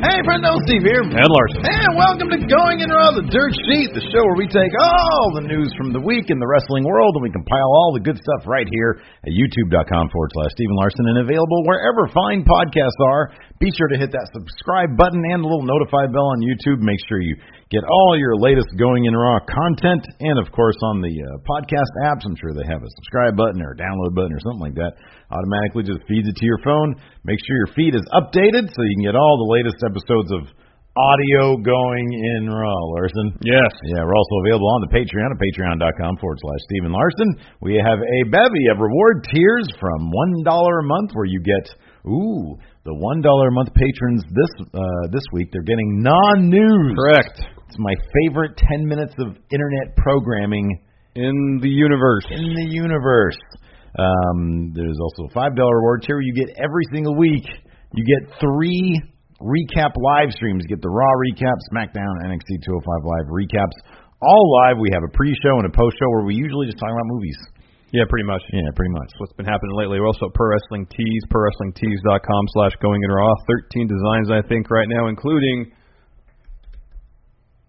Hey, friend, Steve here. Ed Larson. And welcome to Going In Raw, the Dirt Sheet, the show where we take all the news from the week in the wrestling world and we compile all the good stuff right here at youtube.com forward slash Stephen Larson and available wherever fine podcasts are. Be sure to hit that subscribe button and the little notify bell on YouTube. Make sure you get all your latest Going In Raw content and, of course, on the uh, podcast apps. I'm sure they have a subscribe button or a download button or something like that. Automatically just feeds it to your phone. Make sure your feed is updated so you can get all the latest episodes of audio going in raw, Larson. Yes. Yeah, we're also available on the Patreon at patreon.com forward slash Stephen Larson. We have a bevy of reward tiers from $1 a month where you get, ooh, the $1 a month patrons this, uh, this week, they're getting non-news. Correct. It's my favorite 10 minutes of internet programming In the universe. in the universe. Um, there's also a five dollar reward tier where you get every single week. You get three recap live streams. You get the Raw recap, SmackDown, NXT 205 live recaps, all live. We have a pre-show and a post-show where we usually just talk about movies. Yeah, pretty much. Yeah, pretty much. What's been happening lately? We're also at Pro Wrestling Tees, com slash going in raw. 13 designs, I think, right now, including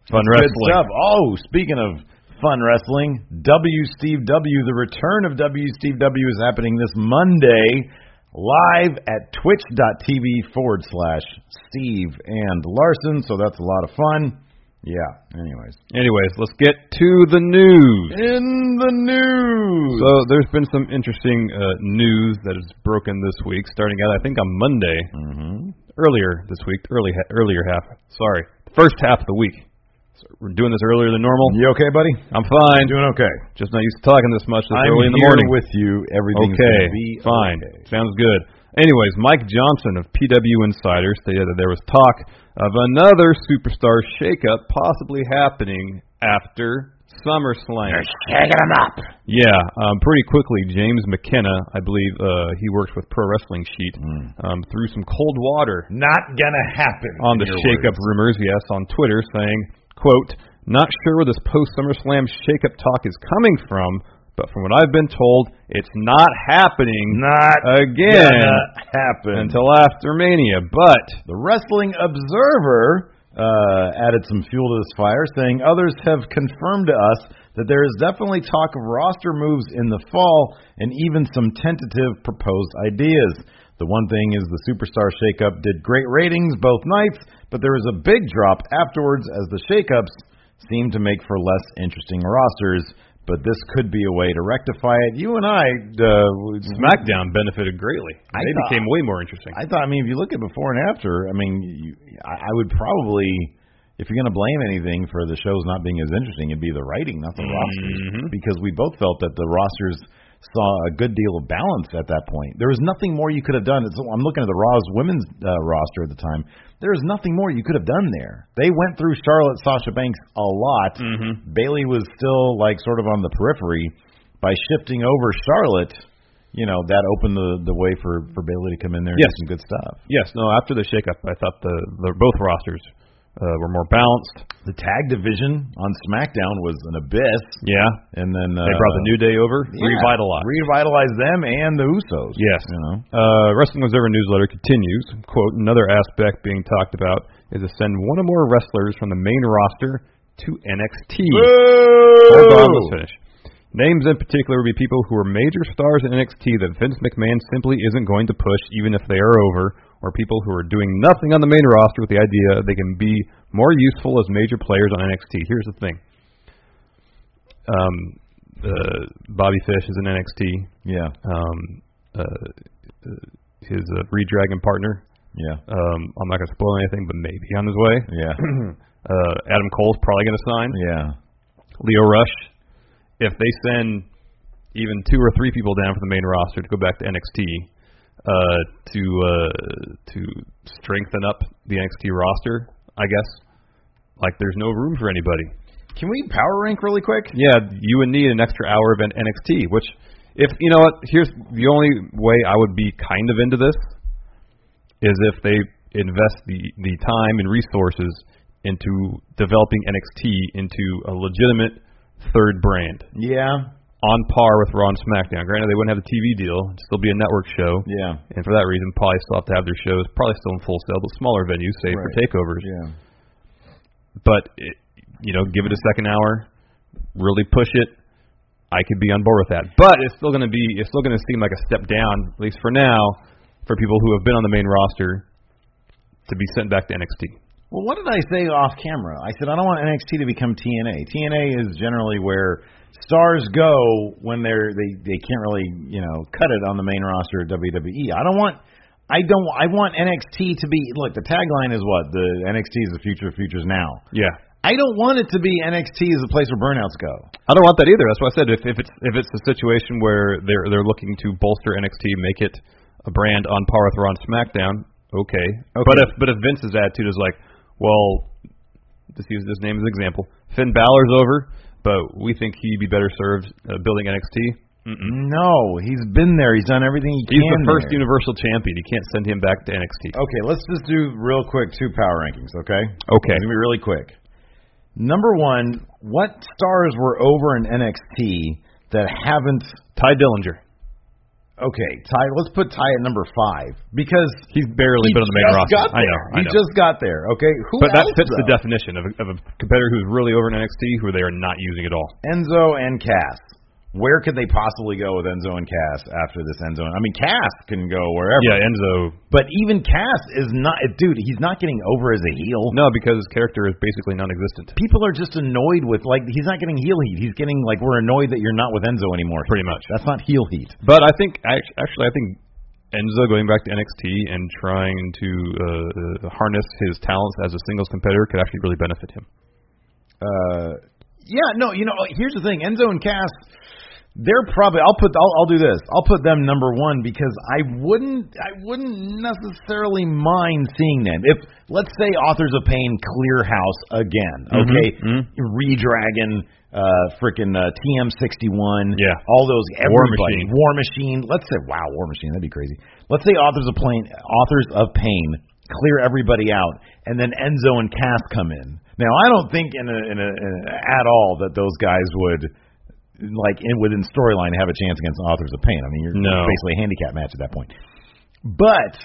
Fun Good Wrestling. stuff. Oh, speaking of fun wrestling, W Steve W, the return of W Steve W is happening this Monday live at twitch.tv forward slash Steve and Larson. So that's a lot of fun. Yeah. Anyways, Anyways, let's get to the news. in the news. So there's been some interesting uh, news that is broken this week, starting out, I think, on Monday. mm-hmm. Earlier this week, early ha- earlier half, sorry, first half of the week. So we're doing this earlier than normal. You okay, buddy? I'm fine. Doing okay. Just not used to talking this much this I'm early in the here morning. with you. Everything's okay, gonna be fine. okay. Sounds good. Anyways, Mike Johnson of PW Insider stated that there was talk of another superstar shakeup possibly happening after SummerSlam. Shaking him up. Yeah, um, pretty quickly, James McKenna, I believe uh, he works with Pro Wrestling Sheet, Hmm. um, threw some cold water Not gonna happen. on the in your shakeup words. rumors, yes, on Twitter, saying, quote, not sure where this post SummerSlam shakeup talk is coming from, but from what I've been told, it's not happening Not again gonna happen until after Mania. But The Wrestling Observer uh, added some fuel to this fire, saying others have confirmed to us that there is definitely talk of roster moves in the fall and even some tentative proposed ideas. The one thing is the Superstar Shakeup did great ratings both nights, but there was a big drop afterwards as the shakeups seemed to make for less interesting rosters. But this could be a way to rectify it. You and I, uh, SmackDown benefited greatly. I they thought- became way more interesting. I thought, I mean, if you look at before and after, I mean, you, I, I would probably, if you're going to blame anything for the shows not being as interesting, it'd be the writing, not the rosters, because we both felt that the rosters saw a good deal of balance at that point. There was nothing more you could have done. It's, I'm looking at the Raw's women's uh, roster at the time. There was nothing more you could have done there. They went through Charlotte, Sasha Banks a lot. Bailey was still like sort of on the periphery. By shifting over Charlotte, you know that opened the the way for for Bailey to come in there and Yes. do some good stuff. yes, no, after the shakeup, I thought the, the both rosters uh, were more balanced. The tag division on SmackDown was an abyss, Yeah. and then uh, They brought the New Day over, yeah, revitalized. revitalized them and the Usos. Yes. you know. Uh, Wrestling Observer newsletter continues. Quote, another aspect being talked about is to send one or more wrestlers from the main roster to NXT. Hold on, let's finish. Names in particular would be people who are major stars in NXT that Vince McMahon simply isn't going to push, even if they are over, or people who are doing nothing on the main roster with the idea they can be more useful as major players on NXT. Here's the thing. Um, uh, Bobby Fish is in NXT. Yeah. Um, uh, his uh, Reed Dragon partner. Yeah. Um, I'm not gonna spoil anything, but maybe on his way. Yeah. Uh, Adam Cole's probably gonna sign. Yeah. Leo Rush. If they send even two or three people down from the main roster to go back to NXT uh, to uh, to strengthen up the NXT roster, I guess like there's no room for anybody. Can we power rank really quick? Yeah, you would need an extra hour of an NXT, which if you know what, here's the only way I would be kind of into this is if they invest the the time and resources into developing NXT into a legitimate third brand Yeah. on par with Raw and SmackDown. Granted, they wouldn't have the TV deal; it'd still be a network show, Yeah. and for that reason, probably still have to have their shows probably still in full sale, but smaller venues, say for Right. takeovers. Yeah. But it, you know, give it a second hour, really push it. I could be on board with that, but it's still going to be it's still going to seem like a step down, at least for now, for people who have been on the main roster to be sent back to NXT. Well, what did I say off camera? I said I don't want NXT to become TNA. TNA is generally where stars go when they're they they can't really you know cut it on the main roster of WWE. E. I don't want. I don't. I want NXT to be. Look, the tagline is what the NXT is the future. The future's now. Yeah, I don't want it to be NXT is the place where burnouts go. I don't want that either. That's why I said if, if it's if it's a situation where they're they're looking to bolster NXT, make it a brand on par with Raw and SmackDown, okay. But if but if Vince's attitude is like, well, just use this name as an example. Finn Balor's over, but we think he'd be better served uh, building NXT. Mm-mm. No, he's been there. He's done everything He's he can. the first there. Universal Champion. You can't send him back to NXT. Okay, let's just do real quick two power rankings, okay? Okay. It's gonna be really quick. Number one, what stars were over in NXT that haven't? Ty Dillinger. Okay, Ty. Let's put Ty at number five because He's barely he been on the main just roster. got I know. there. I He know. just got there. Okay, who but that else, fits the though? definition of a, of a competitor who's really over in NXT, who they are not using at all. Enzo and Cass. Where could they possibly go with Enzo and Cass after this Enzo? I mean, Cass can go wherever. Yeah, Enzo But even Cass is not, dude. He's not getting over as a heel. No, because his character is basically non-existent. people are just annoyed with like he's not getting heel heat. He's getting like we're annoyed that you're not with Enzo anymore. Pretty much. That's not heel heat. But I think act- actually, I think Enzo going back to NXT and trying to uh, harness his talents as a singles competitor could actually really benefit him. Uh, yeah, no, you know, here's the thing. Enzo and Cass, they're probably I'll put I'll, I'll do this. I'll put them number 1 because I wouldn't I wouldn't necessarily mind seeing them. If let's say Authors of Pain clear house again, okay? mhm. Redragon uh freaking uh, TM61 Yeah. all those War everybody Machine. War Machine. Let's say wow, War Machine. That'd be crazy. Let's say authors of pain, authors of pain, clear everybody out, and then Enzo and Cass come in. Now I don't think in a, in a, in a at all that those guys would like in, within storyline have a chance against authors of pain. I mean, you're No. it's basically a handicap match at that point. But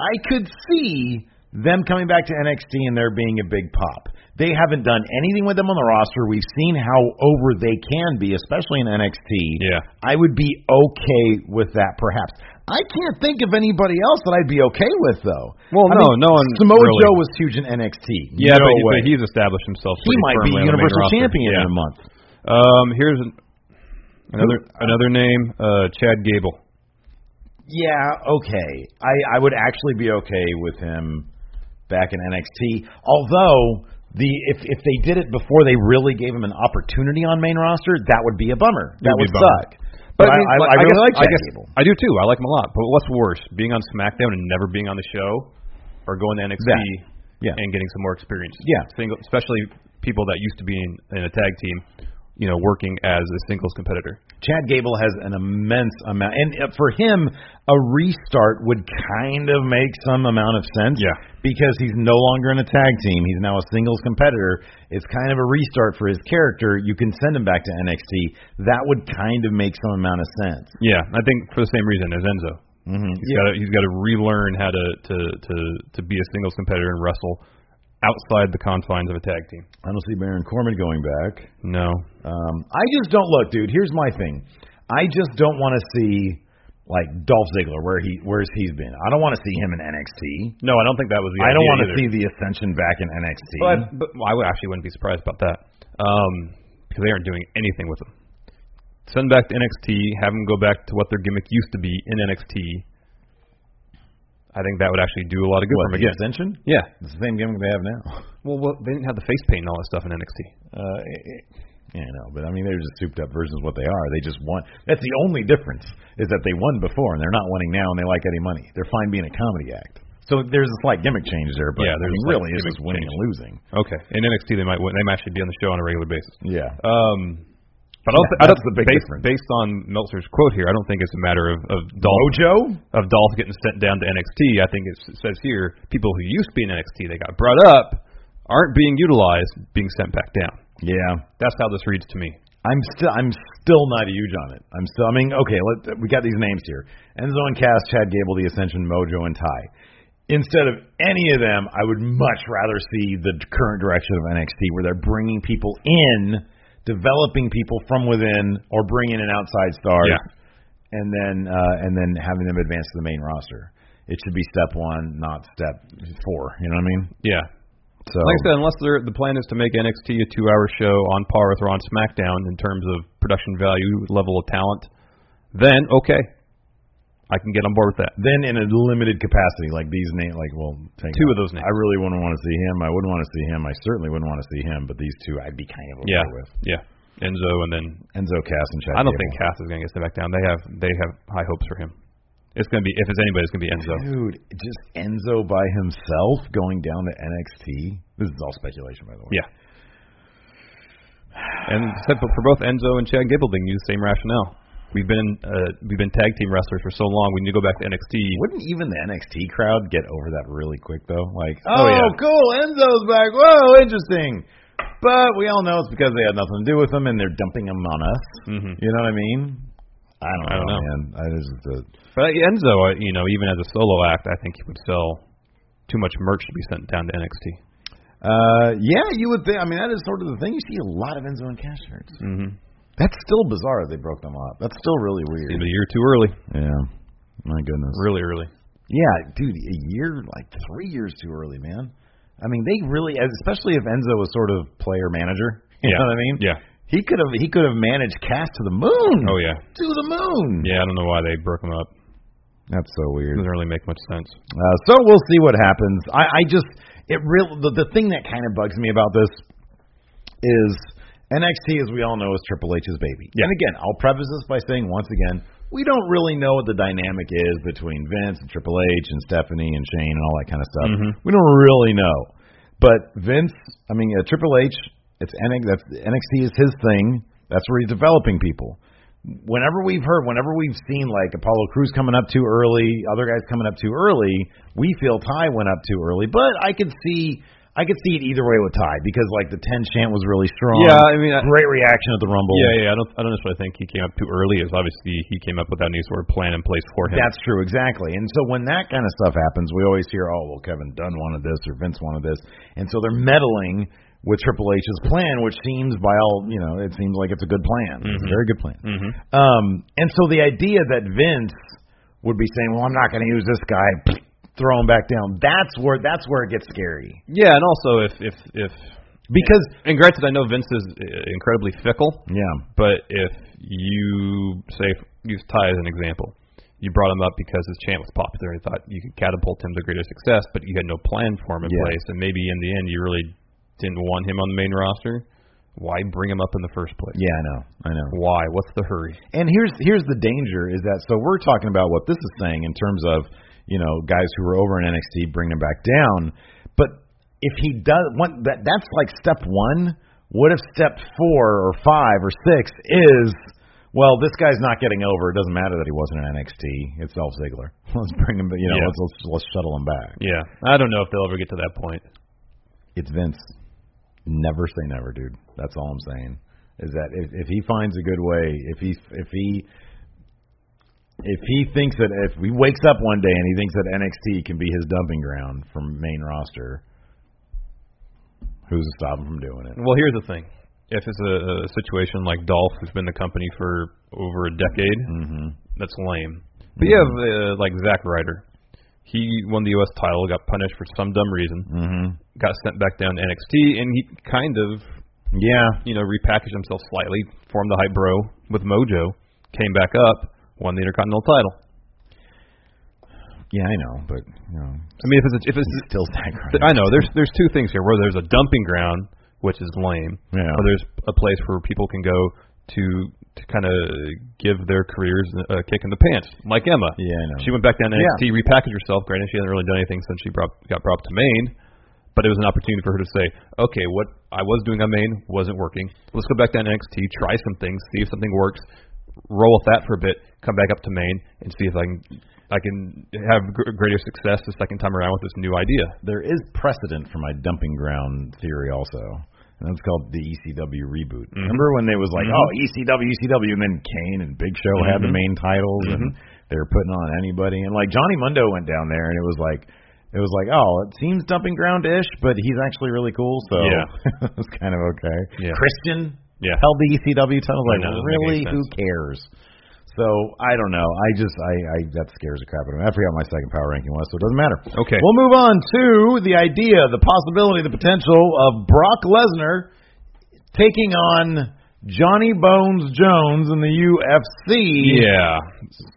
I could see them coming back to NXT and there being a big pop. They haven't done anything with them on the roster. We've seen how over they can be, especially in NXT. Yeah. I would be okay with that, perhaps. I can't think of anybody else that I'd be okay with, though. Well, I no, mean, no one Samoa really. Joe was huge in NXT. Yeah, no but, but way. he's established himself. he pretty might be firmly on the main Universal roster. Champion in Yeah. a month. Um, here's an, another another name, uh, Chad Gable. Yeah, okay. I, I would actually be okay with him back in NXT. Although the if if they did it before they really gave him an opportunity on main roster, that would be a bummer. That would be would, a bummer. suck. But, I, mean, I, I, like- really guess- like I Chad guess- Gable. I do too. I like him a lot. But what's worse, being on SmackDown and never being on the show, or going to NXT That. Yeah. and getting some more experience? Yeah. single, especially people that used to be in, in a tag team, you know, working as a singles competitor. Chad Gable has an immense amount, and uh, for him, a restart would kind of make some amount of sense. Yeah. because he's no longer in a tag team; he's now a singles competitor. It's kind of a restart for his character. You can send him back to NXT. That would kind of make some amount of sense. Yeah, I think for the same reason as Enzo. Mm-hmm. He's got to he's got to relearn how to, to to to be a singles competitor and wrestle outside the confines of a tag team. I don't see Baron Corbin going back. No, Um, I just don't look, dude. Here's my thing. I just don't want to see like Dolph Ziggler where he where's he's been. I don't want to see him in NXT. no, I don't think that was the. I don't idea want to either. see the Ascension back in NXT. But, but well, I would actually wouldn't be surprised about that um, because they aren't doing anything with him. Send back to NXT. Have them go back to what their gimmick used to be in NXT. I think that would actually do a lot of good What, for the them again. extension? Yeah. It's the same gimmick they have now. Well, well, they didn't have the face paint and all that stuff in NXT. Uh, yeah, I know, but I mean they're just souped up versions of what they are. They just want. That's the only difference is that they won before and they're not winning now, and they like Eddie Money. They're fine being a comedy act. So there's a slight gimmick change there, but Yeah, I there's mean, a slight really it's gimmick just winning change. and losing. Okay. In NXT, they might win. They might actually be on the show on a regular basis. Yeah, Um, but I don't thi- Yeah, I don't that's the big based, difference. Based on Meltzer's quote here, I don't think it's a matter of of Dolph Mojo. of Dolph getting sent down to NXT. I think it's- it says here people who used to be in NXT, they got brought up, aren't being utilized, being sent back down. Yeah, That's how this reads to me. I'm still I'm still not huge on it. I'm still. I mean, okay, let, we got these names here: Enzo and Cass, Chad Gable, The Ascension, Mojo, and Ty. Instead of any of them, I would much rather see the current direction of NXT, where they're bringing people in, developing people from within, or bringing in outside stars, and then uh, and then having them advance to the main roster. It should be step one, not step four. You know what I mean? Yeah. So Like I said, unless they're- the plan is to make NXT a two-hour show on par with Raw and SmackDown in terms of production value, level of talent, then okay, I can get on board with that. then in a limited capacity, like these names, like well, take Two of those names. I really wouldn't want to see him. I wouldn't want to see him. I certainly wouldn't want to see him. But these two, I'd be kind of okay Yeah. with Yeah. Enzo and then Enzo Cass and Chad. I don't Gable. think Cass is going to get sent back down. They have they have high hopes for him. It's going to be if it's anybody, it's going to be Enzo. Dude, just Enzo by himself going down to NXT. This is all speculation, by the way. Yeah. And except for, for both Enzo and Chad Gable, they can use the same rationale. We've been uh, we've been tag team wrestlers for so long. We need to go back to NXT. Wouldn't even the NXT crowd get over that really quick though? Like, Oh, yeah. cool, Enzo's back. Whoa, interesting. But we all know it's because they had nothing to do with him, and they're dumping him on us. Mhm. You know what I mean? I don't, I don't know. man. I just uh, But Enzo, uh, you know, even as a solo act, I think he would sell too much merch to be sent down to NXT. Uh, yeah, you would think. I mean, that is sort of the thing. You see a lot of Enzo and Cash shirts. Mm-hmm. That's still bizarre. They broke them up. That's still really A weird. year too early, Yeah. My goodness. really early. Yeah, dude, a year, like three years too early, man. I mean, they really, especially if Enzo was sort of player manager. You Yeah. know what I mean? Yeah. He could have he could have managed Cash to the moon. Oh yeah. To the moon. Yeah. I don't know why they broke him up. That's so weird. Doesn't really make much sense. Uh, so we'll see what happens. I, I just it real the, the thing that kind of bugs me about this is NXT, as we all know, is Triple H's baby. And again, I'll preface this by saying once again, we don't really know what the dynamic is between Vince and Triple H and Stephanie and Shane and all that kind of stuff. We don't really know. But Vince, I mean uh, Triple H, it's NXT, that's NXT is his thing. That's where he's developing people whenever we've heard, whenever we've seen like Apollo Crews coming up too early, other guys coming up too early, we feel Ty went up too early. But I could see, I could see it either way with Ty because like the ten chant was really strong. I mean, great reaction at the Rumble. Yeah, yeah. I don't, I don't necessarily think he came up too early. Is obviously he came up without any sort of plan in place for him. That's true, exactly. And so when that kind of stuff happens, we always hear, oh, well, Kevin Dunn wanted this or Vince wanted this. And so they're meddling with Triple H's plan, which seems by all, you know, it seems like it's a good plan. It's a very good plan. Um, and so the idea that Vince would be saying, well, I'm not going to use this guy, throw him back down, that's where, that's where it gets scary. yeah, and also if if if Because, and granted, I know Vince is uh, incredibly fickle, yeah, but if you say use Ty as an example, you brought him up because his chant was popular and thought you could catapult him to greater success, but you had no plan for him in Yeah. place, and maybe in the end you really didn't want him on the main roster. Why bring him up in the first place? yeah, I know, I know. Why? What's the hurry? And here's here's the danger is that so we're talking about what this is saying in terms of you know guys who were over in NXT bring them back down, but if he does one that that's like step one. What if step four or five or six is well this guy's not getting over. It doesn't matter that he wasn't in NXT. It's Dolph Ziggler. Let's bring him. You Yeah. know let's, let's let's shuttle him back. Yeah, I don't know if they'll ever get to that point. It's Vince. Never say never, dude. That's all I'm saying. Is that if, if he finds a good way, if he if he if he thinks that if he wakes up one day and he thinks that NXT can be his dumping ground from main roster, who's to stop him from doing it? Well, here's the thing. If it's a, a situation like Dolph, who's been the company for over a decade, Mm-hmm. that's lame. But you have uh, like Zack Ryder. He won the U.S. title, got punished for some dumb reason, Mm-hmm. got sent back down to NXT, and he kind of Yeah. you know, repackaged himself slightly, formed the hype bro with Mojo, came back up, won the Intercontinental title. Yeah, I know, but you know, I mean, if it's a, if it's it's still sacrifice. Th- I know there's there's two things here. Where there's a dumping ground, which is lame, Yeah. or there's a place where people can go to to kind of give their careers a kick in the pants, like Emma. Yeah, I know. She went back down to Yeah. NXT, repackaged herself. Granted, she hasn't really done anything since she brought, got brought up to Maine, but it was an opportunity for her to say, okay, what I was doing on Maine wasn't working. Let's go back down to NXT, try some things, see if something works, roll with that for a bit, come back up to Maine, and see if I can I can have gr- greater success the second time around with this new idea. There is precedent for my dumping ground theory also. And that's called the ECW reboot. Remember when they was like, Mhm. oh, ECW, ECW, and then Kane and Big Show had the Mhm. main titles and Mm-hmm. they were putting on anybody. And like Johnny Mundo went down there and it was like, it was like, oh, it seems dumping ground ish, but he's actually really cool. So Yeah. it was kind of okay. Yeah. Christian Yeah. held the E ECW title. Like, know, doesn't make really? any Who sense. cares? So I don't know. I just I, I that scares the crap out of me. I forgot my second power ranking was, so it doesn't matter. Okay. We'll move on to the idea, the possibility, the potential of Brock Lesnar taking on Johnny Bones Jones in the UFC. Yeah.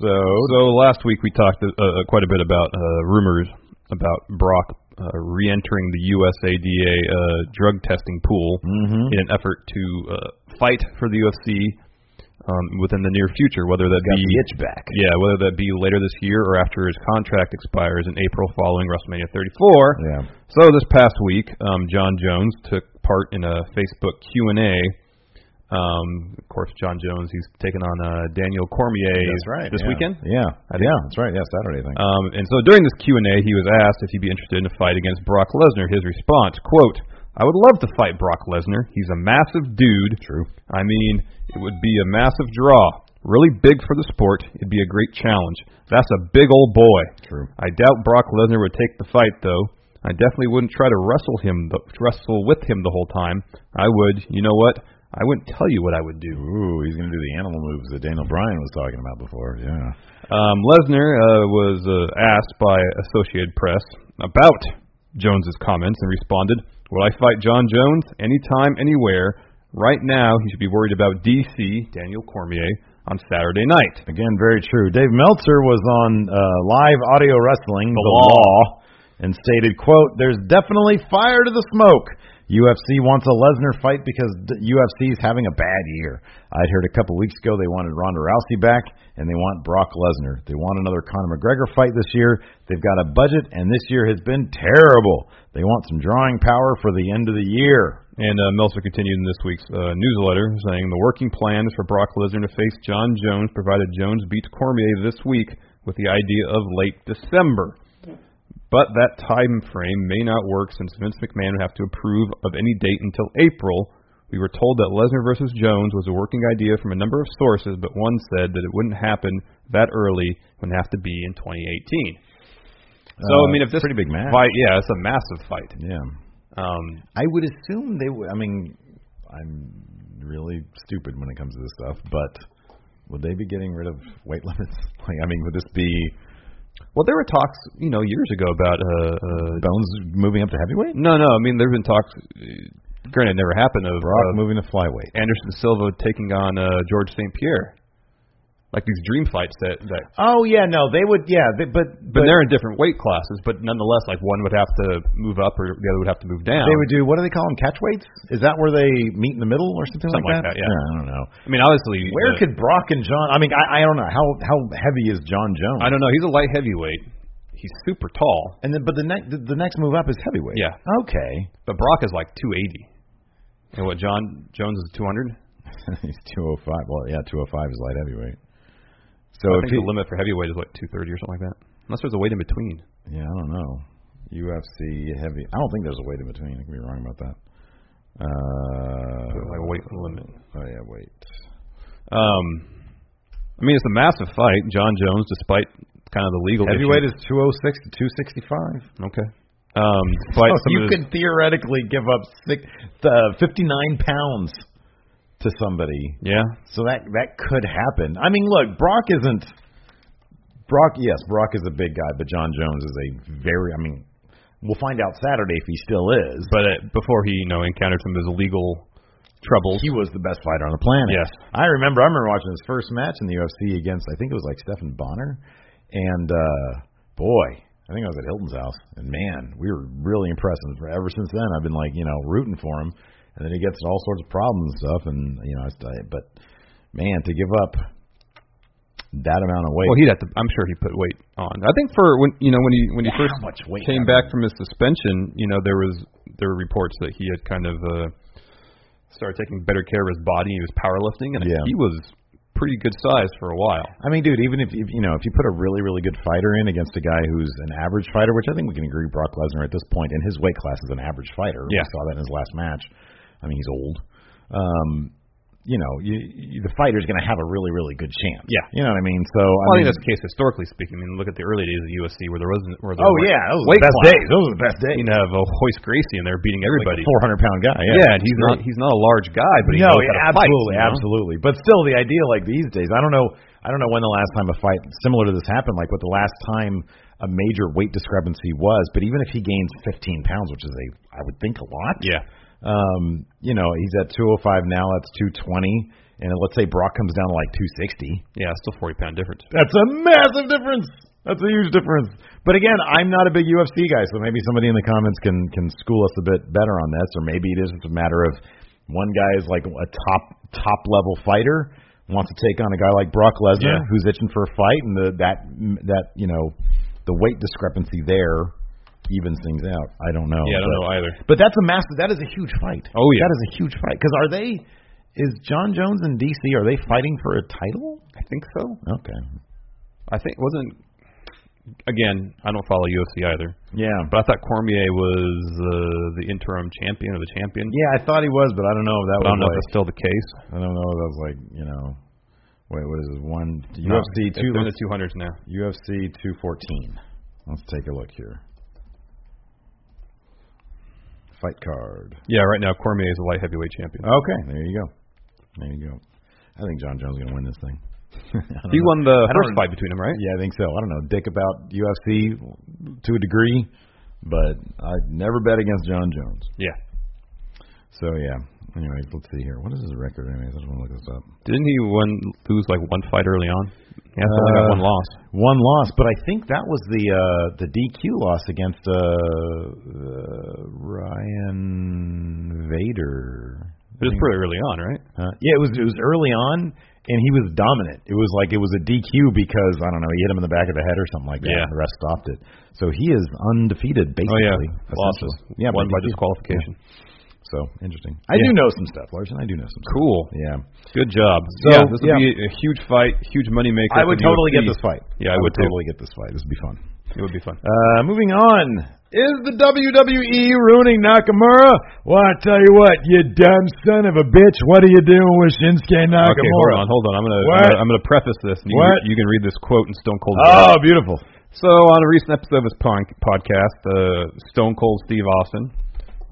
So so last week we talked uh, uh, quite a bit about uh, rumors about Brock uh, re-entering the USADA uh, drug testing pool Mhm. in an effort to uh, fight for the UFC um, within the near future, whether that Got be the itch back. yeah, whether that be later this year or after his contract expires in April following WrestleMania 34. Yeah. So this past week, um, John Jones took part in a Facebook Q and A. Um, of course, John Jones, he's taking on uh, Daniel Cormier That's right. this yeah. weekend. Yeah. I think- Yeah, that's right. Yeah, Saturday I think. Um, and so during this Q and A, he was asked if he'd be interested in a fight against Brock Lesnar. His response, quote, "I would love to fight Brock Lesnar. He's a massive dude. True. I mean, it would be a massive draw. Really big for the sport. It'd be a great challenge. That's a big old boy. True. I doubt Brock Lesnar would take the fight though. I definitely wouldn't try to wrestle him, the, wrestle with him the whole time. I would, you know what? I wouldn't tell you what I would do. Ooh, he's gonna do the animal moves that Daniel Bryan was talking about before. Yeah. Um, Lesnar uh, was uh, asked by Associated Press about Jones's comments and responded, "Will I fight John Jones anytime, anywhere? Right now, he should be worried about DC Daniel Cormier on Saturday night." Again, very true. Dave Meltzer was on uh, live audio wrestling, The, Law. law. and stated, "quote There's definitely fire to the smoke. UFC wants a Lesnar fight because d- UFC is having a bad year. I'd heard a couple weeks ago they wanted Ronda Rousey back, and they want Brock Lesnar. They want another Conor McGregor fight this year. They've got a budget, and this year has been terrible. They want some drawing power for the end of the year." And uh, Meltzer continued in this week's uh, newsletter saying the working plan is for Brock Lesnar to face John Jones, provided Jones beats Cormier this week, with the idea of late December. But that time frame may not work since Vince McMahon would have to approve of any date until April. We were told that Lesnar versus Jones was a working idea from a number of sources, but one said that it wouldn't happen that early. It would have to be in 2018. So Uh, I mean, if this pretty big match. fight, yeah, it's a massive fight. Yeah. Um, I would assume they would. I mean, I'm really stupid when it comes to this stuff, but would they be getting rid of weight limits? Like, I mean, would this be well, there were talks, you know, years ago about uh, uh, Bones moving up to heavyweight? No, no. I mean, there's been talks. uh, Granted, it never happened of Brock of moving to flyweight. Anderson Silva taking on uh, George St. Pierre, like these dream fights that. that Oh yeah, no, they would. Yeah, they, but but they're in different weight classes, but nonetheless, like one would have to move up or the other would have to move down. they would do what do they call them? Catch weights? Is that where they meet in the middle or something, Something like that, that? yeah. I don't know. I mean, obviously, Where uh, could Brock and John? I mean, I, I don't know how how heavy is John Jones? I don't know. He's a light heavyweight. He's super tall, And then, but the next the, the next move up is heavyweight. Yeah. Okay. but Brock is like 280, and what John Jones is 200. He's two oh five. Well, yeah, two oh five is light heavyweight. So I if think he, the limit for heavyweight is like 230 or something like that, unless there's a weight in between. Yeah, I don't know. UFC heavy. I don't think there's a weight in between. I could be wrong about that. Uh, Like a weight limit. Oh yeah, weight. Um, I mean, it's a massive fight. John Jones, despite kind of the legal Heavyweight issue, is 206 to 265. okay. Um, fight oh, some you of his- could theoretically give up six, uh, 59 pounds to somebody. yeah. So that that could happen. I mean, look, Brock isn't. Brock, yes, Brock is a big guy, but John Jones is a very. I mean, we'll find out Saturday if he still is. But uh, before he, you know, encountered some of his legal troubles. He was the best fighter on the planet. Yes. I remember. I remember watching his first match in the UFC against I think it was like Stephen Bonner, and uh boy, I think I was at Hilton's house, and man, we were really impressed. And ever since then, I've been like you know rooting for him, and then he gets all sorts of problems and stuff, and you know, it's, uh, but man, to give up that amount of weight. Well, he'd have to. I'm sure he put weight on. I think for when you know when he when he Yeah, first how much weight came that back from his suspension, you know there was there were reports that he had kind of uh, started taking better care of his body. He was powerlifting, and Yeah. he was pretty good size for a while. I mean, dude, even if if, you know if you put a really really good fighter in against a guy who's an average fighter, which I think we can agree Brock Lesnar at this point in his weight class is an average fighter. Yeah. We saw that in his last match. I mean, he's old. Um, you know, you, you, the fighter's going to have a really really good chance. Yeah. you know what I mean. So Well, I I mean, think that's the case historically speaking. I mean, look at the early days of the USC where there wasn't. Where there oh weren't yeah, those were weight the best class. days. Those were the best days. You'd have a Hoist Gracie in there beating everybody. four hundred pound guy. Yeah, yeah, and he's not he's not a large guy, but he no, knows yeah, how to absolutely, fight. you know? absolutely. But still, the idea like these days, I don't know, I don't know when the last time a fight similar to this happened, like what the last time a major weight discrepancy was. But even if he gains 15 pounds, which is a, I would think a lot. Yeah. Um, you know, he's at 205 now. That's 220, and let's say Brock comes down to like 260. Yeah, still forty pound difference. That's a massive difference. That's a huge difference. But again, I'm not a big UFC guy, so maybe somebody in the comments can can school us a bit better on this, or maybe it is just a matter of one guy is like a top top level fighter wants to take on a guy like Brock Lesnar Yeah. who's itching for a fight, and the, that that you know the weight discrepancy there evens things out. I don't know. Yeah, I don't but- know either. But that's a massive. That is a huge fight. Oh, yeah. that is a huge fight. Because are they? Is John Jones and DC are they fighting for a title? I think so. Okay. I think wasn't. Again, I don't follow UFC either, Yeah. but I thought Cormier was uh, the interim champion or the champion. Yeah, I thought he was, but I don't know if that but I don't was know if like, that's still the case. I don't know if that was like, you know, wait, what is this one No, UFC it's two in the two hundreds now. UFC two fourteen. Let's take a look here. Fight card. Yeah, right now Cormier is the light heavyweight champion. Okay, there you go. There you go. I think John Jones is gonna win this thing. I don't he know. won the I don't first know. fight between them, right? Yeah, I think so. I don't know dick about UFC to a degree, but I'd never bet against John Jones. Yeah. So yeah. Anyways, let's see here. What is his record? Anyways, I just want to look this up. Didn't he win lose like one fight early on? Yeah, I thought he got Uh, one loss. One loss, but I think that was the uh, the DQ loss against uh, uh, Ryan Vader. It was pretty early on, right? Huh? yeah, it was it was early on, and he was dominant. It was like it was a DQ because I don't know he hit him in the back of the head or something like Yeah. that, and the rest stopped it. So he is undefeated Oh yeah, basically. losses. essentially. Yeah, one by DQ. disqualification. Yeah. So interesting. I Yeah. do know some stuff, Larson. I do know some. Stuff. Cool. Yeah, Good job. So, yeah, this would be yeah. a huge fight, huge money maker. I would totally get this fight. Yeah, I would too. totally get this fight. This would be fun. It would be fun. Uh, moving on. Is the WWE ruining Nakamura? Well, I tell you what, you dumb son of a bitch. What are you doing with Shinsuke Nakamura? Okay, hold on, hold on. I'm gonna What? I'm gonna, I'm gonna preface this. And you, Can, What? you can read this quote in Stone Cold. Oh, beautiful. So on a recent episode of his pon- podcast, uh, Stone Cold Steve Austin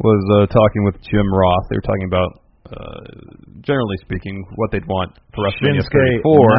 was uh, talking with Jim Ross. They were talking about, uh, generally speaking, what they'd want for WrestleMania Shinsuke 34,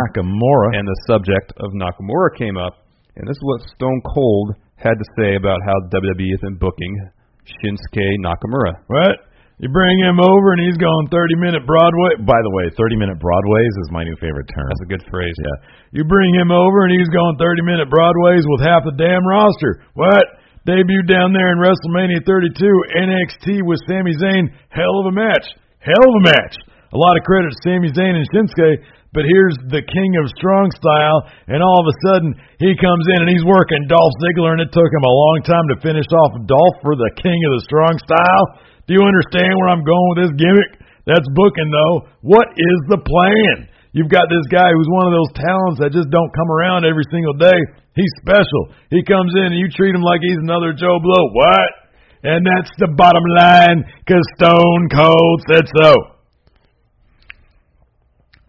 Nakamura. and the subject of Nakamura came up. And this is what Stone Cold had to say about how WWE E has been booking Shinsuke Nakamura. What? You bring him over and he's going 30 minute Broadway. By the way, 30 minute Broadways is my new favorite term. That's a good phrase. Yeah. You bring him over and he's going 30 minute Broadways with half the damn roster. What? Debut down there in WrestleMania 32, NXT with Sami Zayn. Hell of a match. Hell of a match. A lot of credit to Sami Zayn and Shinsuke, but here's the king of strong style, and all of a sudden he comes in and he's working Dolph Ziggler, and it took him a long time to finish off Dolph for the king of the strong style. Do you understand where I'm going with this gimmick? That's booking though. What is the plan? You've got this guy who's one of those talents that just don't come around every single day. He's special. He comes in and you treat him like he's another Joe Blow. What? And that's the bottom line because Stone Cold said so.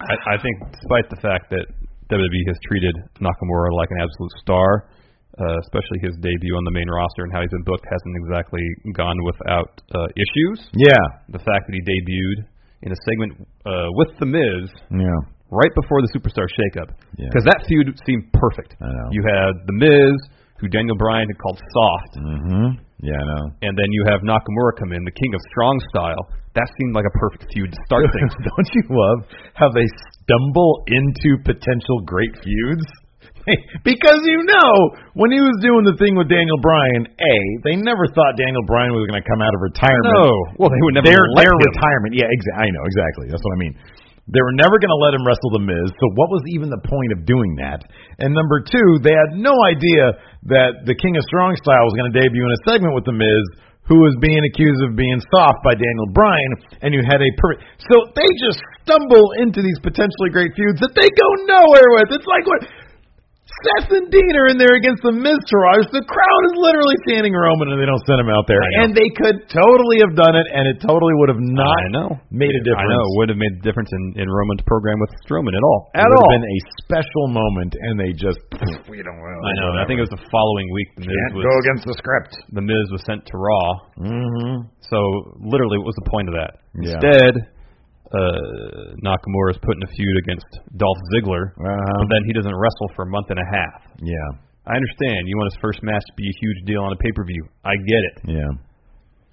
I, I think, despite the fact that WWE has treated Nakamura like an absolute star, uh, especially his debut on the main roster and how he's been booked hasn't exactly gone without uh, issues. Yeah. The fact that he debuted in a segment uh, with The Miz Yeah. right before the Superstar shakeup, Yeah. because that feud seemed perfect. I know. You had The Miz, who Daniel Bryan had called soft, Mm-hmm. Yeah, I know. and then you have Nakamura come in, the king of strong style. That seemed like a perfect feud to start things. Don't you love how they stumble into potential great feuds? because you know, when he was doing the thing with Daniel Bryan, A, they never thought Daniel Bryan was going to come out of retirement. No. Well, they would never Their, let their him. retirement. Yeah, exa- I know, exactly. That's what I mean. They were never going to let him wrestle The Miz, so what was even the point of doing that? And number two, they had no idea that the King of Strong Style was going to debut in a segment with The Miz, who was being accused of being soft by Daniel Bryan, and you had a perfect. So they just stumble into these potentially great feuds that they go nowhere with. It's like what. Seth and Dean are in there against the Miz Taraj. The crowd is literally standing Roman, and they don't send him out there. I know. And they could totally have done it, and it totally would have not I know. made a difference. I know. Would have made a difference in, in Roman's program with Strowman at all. It At would all. have been a special moment, and they just we don't. Well, I know. I think it was the following week the Miz, can't was, go against the script. the Miz was sent to Raw. Mm-hmm. So literally, what was the point of that? Yeah. Instead, uh, Nakamura is putting a feud against Dolph Ziggler, Uh-huh. but then he doesn't wrestle for a month and a half. Yeah, I understand you want his first match to be a huge deal on a pay per view. I get it, yeah,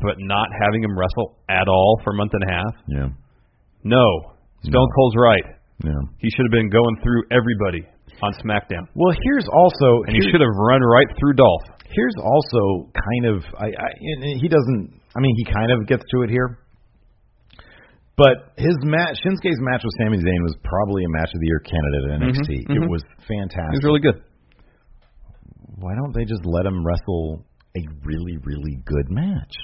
but not having him wrestle at all for a month and a half? yeah, No. Stone Cold's right. yeah. He should have been going through everybody on SmackDown, Well, here's also and he should have run right through Dolph. Here's also kind of I, I and- and he doesn't I mean he kind of gets to it here. But his match Shinsuke's match with Sami Zayn was probably a match of the year candidate at NXT. Mm-hmm, It was He fantastic. was really good. Why don't they just let him wrestle a really really good match?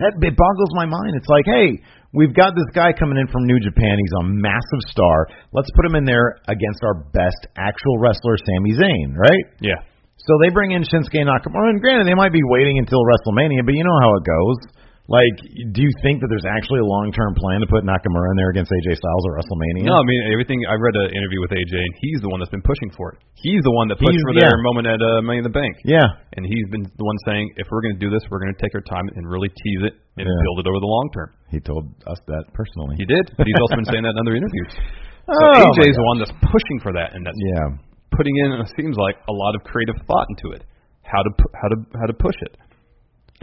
That it boggles my mind. It's like, hey, we've got this guy coming in from New Japan. He's a massive star. Let's put him in there against our best actual wrestler, Sami Zayn, right? Yeah. So they bring in Shinsuke Nakamura, and granted, they might be waiting until WrestleMania, but you know how it goes. Like, do you think that there's actually a long term plan to put Nakamura in there against AJ Styles at WrestleMania? No, I mean everything. I read an interview with AJ, and he's the one that's been pushing for it. He's the one that pushed He's- for their yeah. moment at uh, Money in the Bank, Yeah, and he's been the one saying, if we're going to do this, we're going to take our time and really tease it and Yeah. build it over the long term. he told us that personally. He did, but he's also been saying that in other interviews. So Oh, my AJ's the one that's pushing for that, and that's Yeah, putting in it seems like a lot of creative thought into it. How to pu- how to how to push it.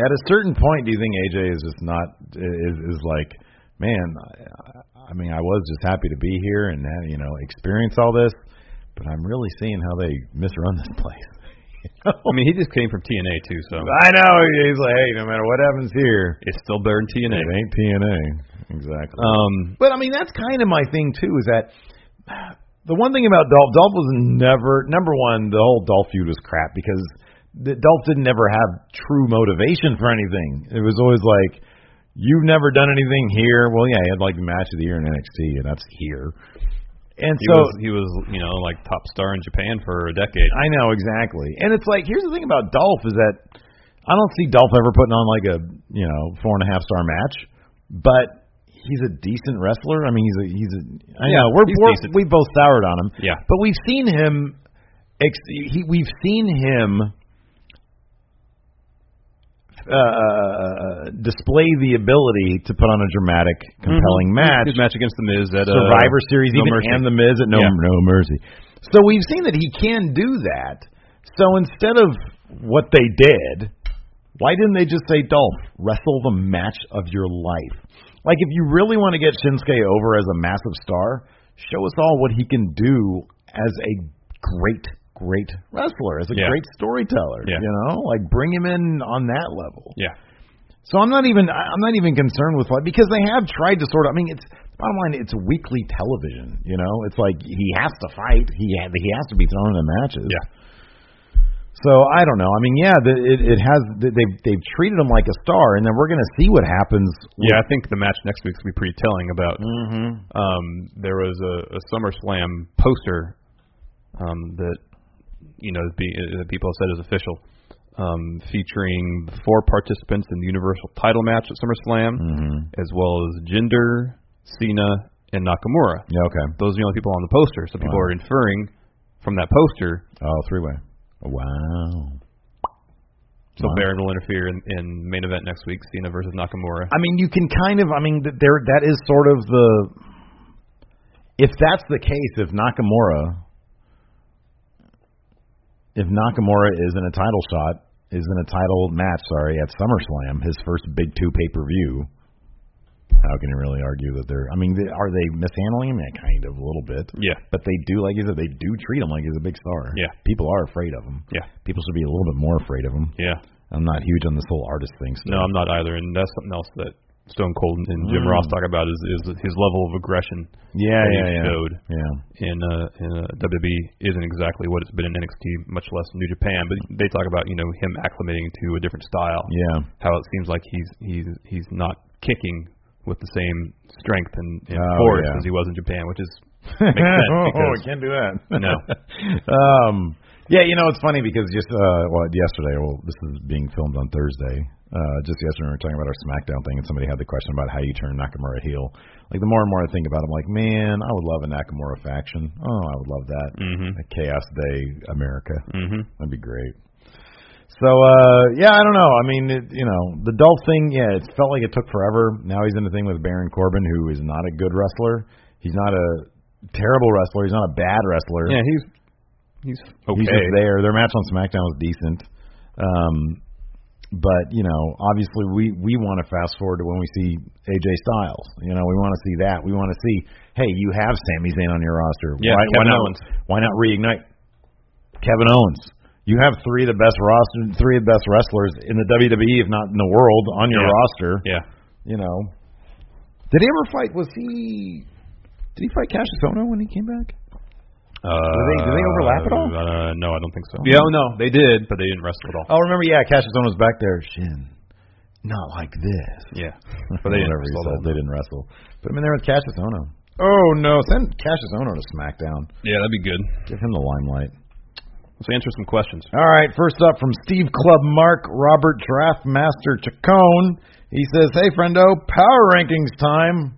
at a certain point, do you think AJ is just not is is like, man? I, I mean, I was just happy to be here and uh, you know experience all this, but I'm really seeing how they misrun this place. I mean, he just came from TNA too, so I know he's like, hey, no matter what happens here, it's still better than TNA. it ain't TNA. Exactly. Um, But I mean, that's kind of my thing too. Is that the one thing about Dolph? Dolph was never number one. The whole Dolph feud was crap because the, Dolph didn't ever have true motivation for anything. It was always like, "You've never done anything here." Well, yeah, he had like the match of the year in NXT, and that's here. And he so was he was you know like top star in Japan for a decade. I know exactly. And it's like here's the thing about Dolph is that I don't see Dolph ever putting on like a you know four and a half star match, but he's a decent wrestler. I mean, he's a he's a I Yeah, know we're, he's we're decent. we both soured on him. Yeah. but we've seen him. Ex- he we've seen him uh, display the ability to put on a dramatic, compelling match. His Mm-hmm. match against the Miz at uh, Survivor Series, No even Mercy. and the Miz at No Yeah. No Mercy. So we've seen that he can do that. So instead of what they did, why didn't they just say, Dolph, wrestle the match of your life? Like if you really want to get Shinsuke over as a massive star, show us all what he can do as a great, great wrestler, as a Yeah. great storyteller. Yeah. You know, like bring him in on that level. yeah. So I'm not even I- I'm not even concerned with what because they have tried to sort of I mean it's bottom line it's weekly television you know it's like he has to fight he ha- he has to be thrown into matches Yeah. so I don't know I mean yeah the, it it has they've they've treated him like a star and then we're gonna see what happens Yeah, I think the match next week's gonna be pretty telling about mm-hmm. um, there was a, a SummerSlam poster um, that you know be, uh, that people have said is official, um, featuring the four participants in the Universal Title match at SummerSlam, Mm-hmm. as well as Jinder, Cena, and Nakamura. yeah okay Those are the only people on the poster, so people Wow. are inferring from that poster. oh three way wow So Wow. Baron will interfere in, in main event next week, Cena versus Nakamura. I mean, you can kind of. I mean, th- there that is sort of the. If that's the case, if Nakamura, if Nakamura is in a title shot is in a title match, sorry, at SummerSlam, his first big two pay per view. How can you really argue that they're? I mean, they, are they mishandling him? Yeah, kind of a little bit, Yeah. but they do like you said, they do treat him like he's a big star. Yeah. people are afraid of him. Yeah. people should be a little bit more afraid of him. Yeah. I'm not huge on this whole artist thing. Stuff. No, I'm not either. And that's something else that Stone Cold and Jim Mm. Ross talk about is, is his level of aggression yeah, that yeah, he yeah, showed yeah. in, uh, in uh, WWE isn't exactly what it's been in NXT, much less New Japan. But they talk about you know him acclimating to a different style. Yeah. How it seems like he's he's he's not kicking with the same strength and, and Oh, force yeah. as he was in Japan, which is makes sense oh, because I can't do that. No. um, yeah, you know it's funny because just uh, well yesterday, well this is being filmed on Thursday. Uh, just yesterday we were talking about our SmackDown thing, and somebody had the question about how you turn Nakamura heel. Like the more and more I think about, it, I'm like, man, I would love a Nakamura faction. Oh, I would love that. Mhm. A Chaos Day America. Mhm. That'd be great. So uh yeah, I don't know. I mean, it, you know, the Dolph thing, yeah, it felt like it took forever. Now he's in the thing with Baron Corbin, who is not a good wrestler. He's not a terrible wrestler. He's not a bad wrestler. yeah he's he's okay. He's just there. Their match on SmackDown was decent. Um, but you know, obviously we we want to fast forward to when we see AJ Styles. You know, we want to see that. We want to see, hey, you have Sami Zayn on your roster. Yeah, why, why Kevin not? Owens. Why not reignite Kevin Owens? You have three of the best roster, three of the best wrestlers in the WWE, if not in the world, on your Yeah. roster. Yeah. You know, did he ever fight? Was he? Did he fight Cassius Ohno when he came back? Uh, they- do they overlap at all? Uh, no, I don't think so. Yeah, oh, no, they did. but they didn't wrestle at all. Oh, remember, yeah, Cassius Ohno was back there. Shin, not like this. Yeah, But they didn't wrestle. wrestle. at all. They didn't wrestle. Put him in there with Cassius Ohno. Oh no, send Cassius Ohno to SmackDown. Yeah, that'd be good. Give him the limelight. Let's answer some questions. All right, first up from Steve Club Mark Robert Draft Master Chacon. He says, "Hey friendo, power rankings time."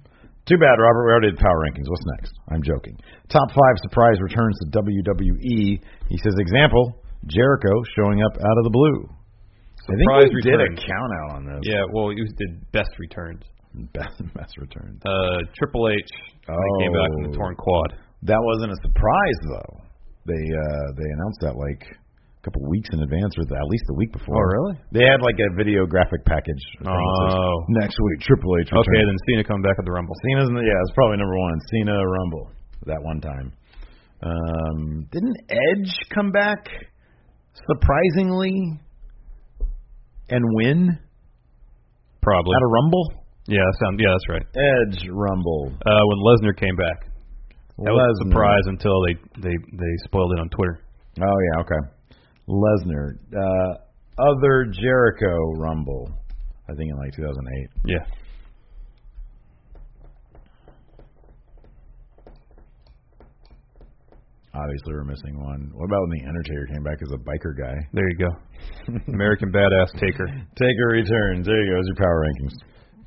Too bad, Robert. We already did power rankings. What's next? I'm joking. Top five surprise returns to WWE. He says, example, Jericho showing up out of the blue. I Surprise think we returns. did a count out on this. Yeah, well, you did best returns. Best, best returns. Uh, Triple H when he came back from the Oh. torn quad. That wasn't a surprise though. They uh they announced that like a couple weeks in advance or at least a week before. Oh, really? They had like a video graphic package. I think it says, Oh. Next week, Triple H. Okay, returns." then Cena come back at the Rumble. Cena's in the, yeah, it's probably number one. Cena Rumble that one time. Um, didn't Edge come back surprisingly and win at Probably. a Rumble? Yeah, that sound, yeah, that's right. Edge Rumble. Uh, when Lesnar came back, that was a Lesnar. surprise until they they they spoiled it on Twitter. Oh yeah, okay. Lesnar, uh, other Jericho Rumble, I think in like 2008. Yeah. Obviously, we're missing one. What about when the Undertaker came back as a biker guy? There you go. American Badass Taker. Taker returns. There you go. Those are power rankings.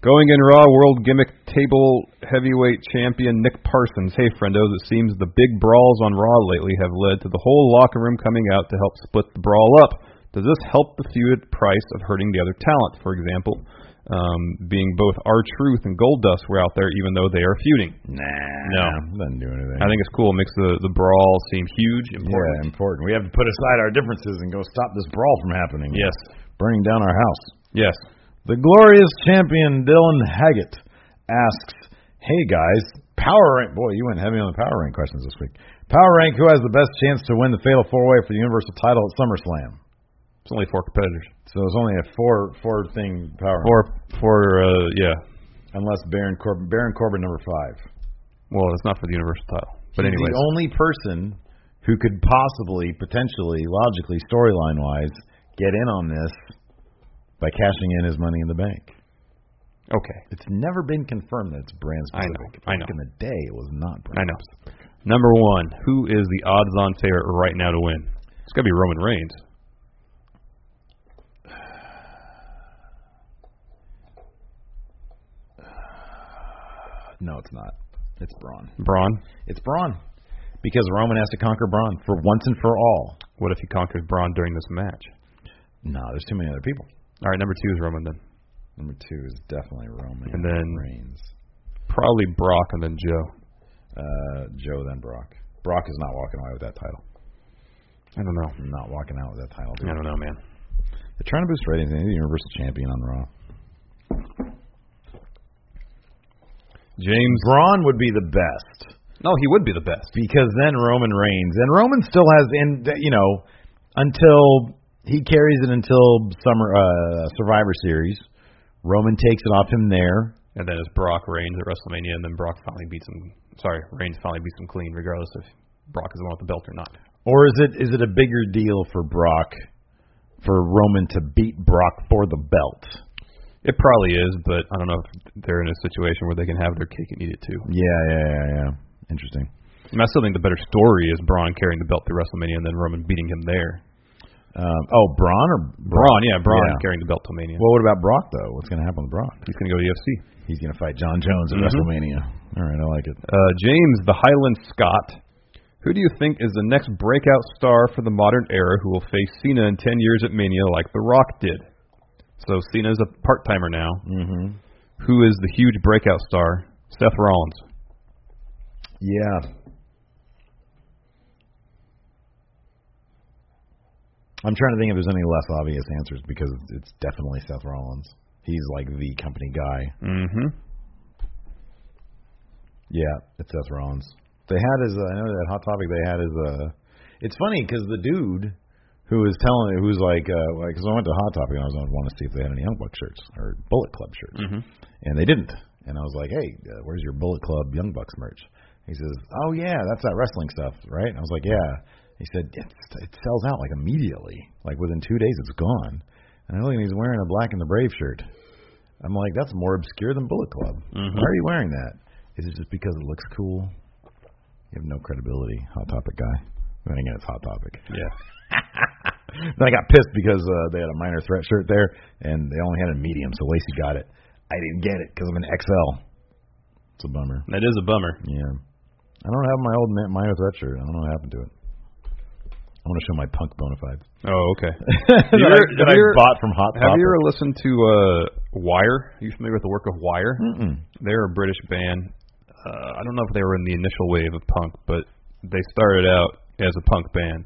Going in Raw World Gimmick Table Heavyweight Champion Nick Parsons. Hey, friendos, it seems the big brawls on Raw lately have led to the whole locker room coming out to help split the brawl up. Does this help the feud at the price of hurting the other talent? For example, um, being both R Truth and Gold Dust were out there even though they are feuding. Nah, No. doesn't do anything. I think it's cool. It makes the, the brawl seem huge, important. important. yeah, important. We have to put aside our differences and go stop this brawl from happening. Yes. burning down our house. Yes. The glorious champion Dylan Haggett asks, "Hey guys, power rank. Boy, you went heavy on the power rank questions this week. Power rank. Who has the best chance to win the Fatal Four Way for the Universal Title at SummerSlam? It's only four competitors. So it's only a four four thing power. rank. Four, four, uh, yeah. Unless Baron Corbin. Baron Corbin number five. Well, it's not for the Universal title. But He's anyway. the only person who could possibly, potentially, logically, storyline wise, get in on this by cashing in his money in the bank. Okay. It's never been confirmed that it's brand I know, specific. I know. Back in the day, it was not I brand know. Number one, who is the odds-on favorite right now to win? It's got to be Roman Reigns. specific. No, it's not. It's Braun. Braun. It's Braun. Because Roman has to conquer Braun for once and for all. What if he conquers Braun during this match? No, there's too many other people. All right, number two is Roman then. Number two is definitely Roman. And then- Reigns. Probably Brock and then Joe. Uh, Joe, then Brock. Brock is not walking away with that title. I don't know. Not walking out with that title. I don't know, man. They're trying to boost ratings. They need a Universal Champion on Raw. James. Braun would be the best No, he would be the best. because then Roman reigns, and Roman still has, and you know, until he carries it until summer uh, Survivor Series, Roman takes it off him there. And then it's Brock Reigns at WrestleMania, and then Brock finally beats him. Sorry, Reigns finally beats him clean, regardless if Brock is the one with the belt or not. Or is it is it a bigger deal for Brock for Roman to beat Brock for the belt? It probably is, but I don't know if they're in a situation where they can have their cake and eat it too. Yeah, yeah, yeah, yeah. Interesting. And I still think the better story is Braun carrying the belt to WrestleMania and then Roman beating him there. Um, oh, Braun or Braun, yeah, Braun Yeah. carrying the belt to Mania. Well, what about Brock though? What's going to happen with Brock? He's going to go to the UFC. He's going to fight John Jones at Mhm. WrestleMania. All right, I like it. Uh, James the Highland Scott. Who do you think is the next breakout star for the modern era who will face Cena in 10 years at Mania like The Rock did? So Cena's a part timer now. Mm-hmm. Who is the huge breakout star? Seth Rollins. Yeah. I'm trying to think if there's any less obvious answers because it's definitely Seth Rollins. He's like the company guy. Mm-hmm. Yeah, it's Seth Rollins. They had his. Uh, I know that hot topic. They had his. Uh, it's funny because the dude who was telling, who was like, because uh, like, 'cause I went to Hot Topic and I was like, I want to see if they had any Young Buck shirts or Bullet Club shirts, Mhm. and they didn't. And I was like, hey, uh, where's your Bullet Club Young Bucks merch? He says, oh yeah, that's that wrestling stuff, right? And I was like, yeah. He said it, it sells out like immediately, like within two days it's gone. And I look and he's wearing a Black and the Brave shirt. I'm like, that's more obscure than Bullet Club. Why are you wearing that? Is it just because it looks cool? You have no credibility, Hot Topic guy. Then again, it's Hot Topic. Yeah. Then I got pissed because uh, they had a minor threat shirt there, and they only had a medium, so Lacey got it. I didn't get it because I'm an XL. It's a bummer. That is a bummer. Yeah. I don't have my old ma- minor threat shirt. I don't know what happened to it. I want to show my punk bona fides Oh, okay. that, you I, ever- that have I you ever- bought from Hot Have Topic. you ever listened to uh, Wire? Are you familiar with the work of Wire? Mm-mm. They're a British band. Uh, I don't know if they were in the initial wave of punk, but they started out as a punk band,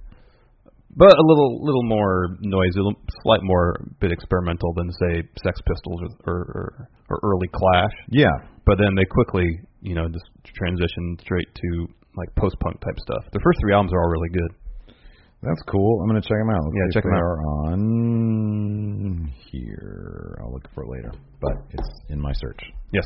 but a little little more noisy, a little, slight more bit experimental than say Sex Pistols or, or, or early Clash. Yeah. But then they quickly, you know, just transitioned straight to like post punk type stuff. Their first three albums are all really good. That's cool. I'm gonna check them out. Let's Yeah, see check if 'em they out. Are on here. I'll look for it later, but it's in my search. Yes.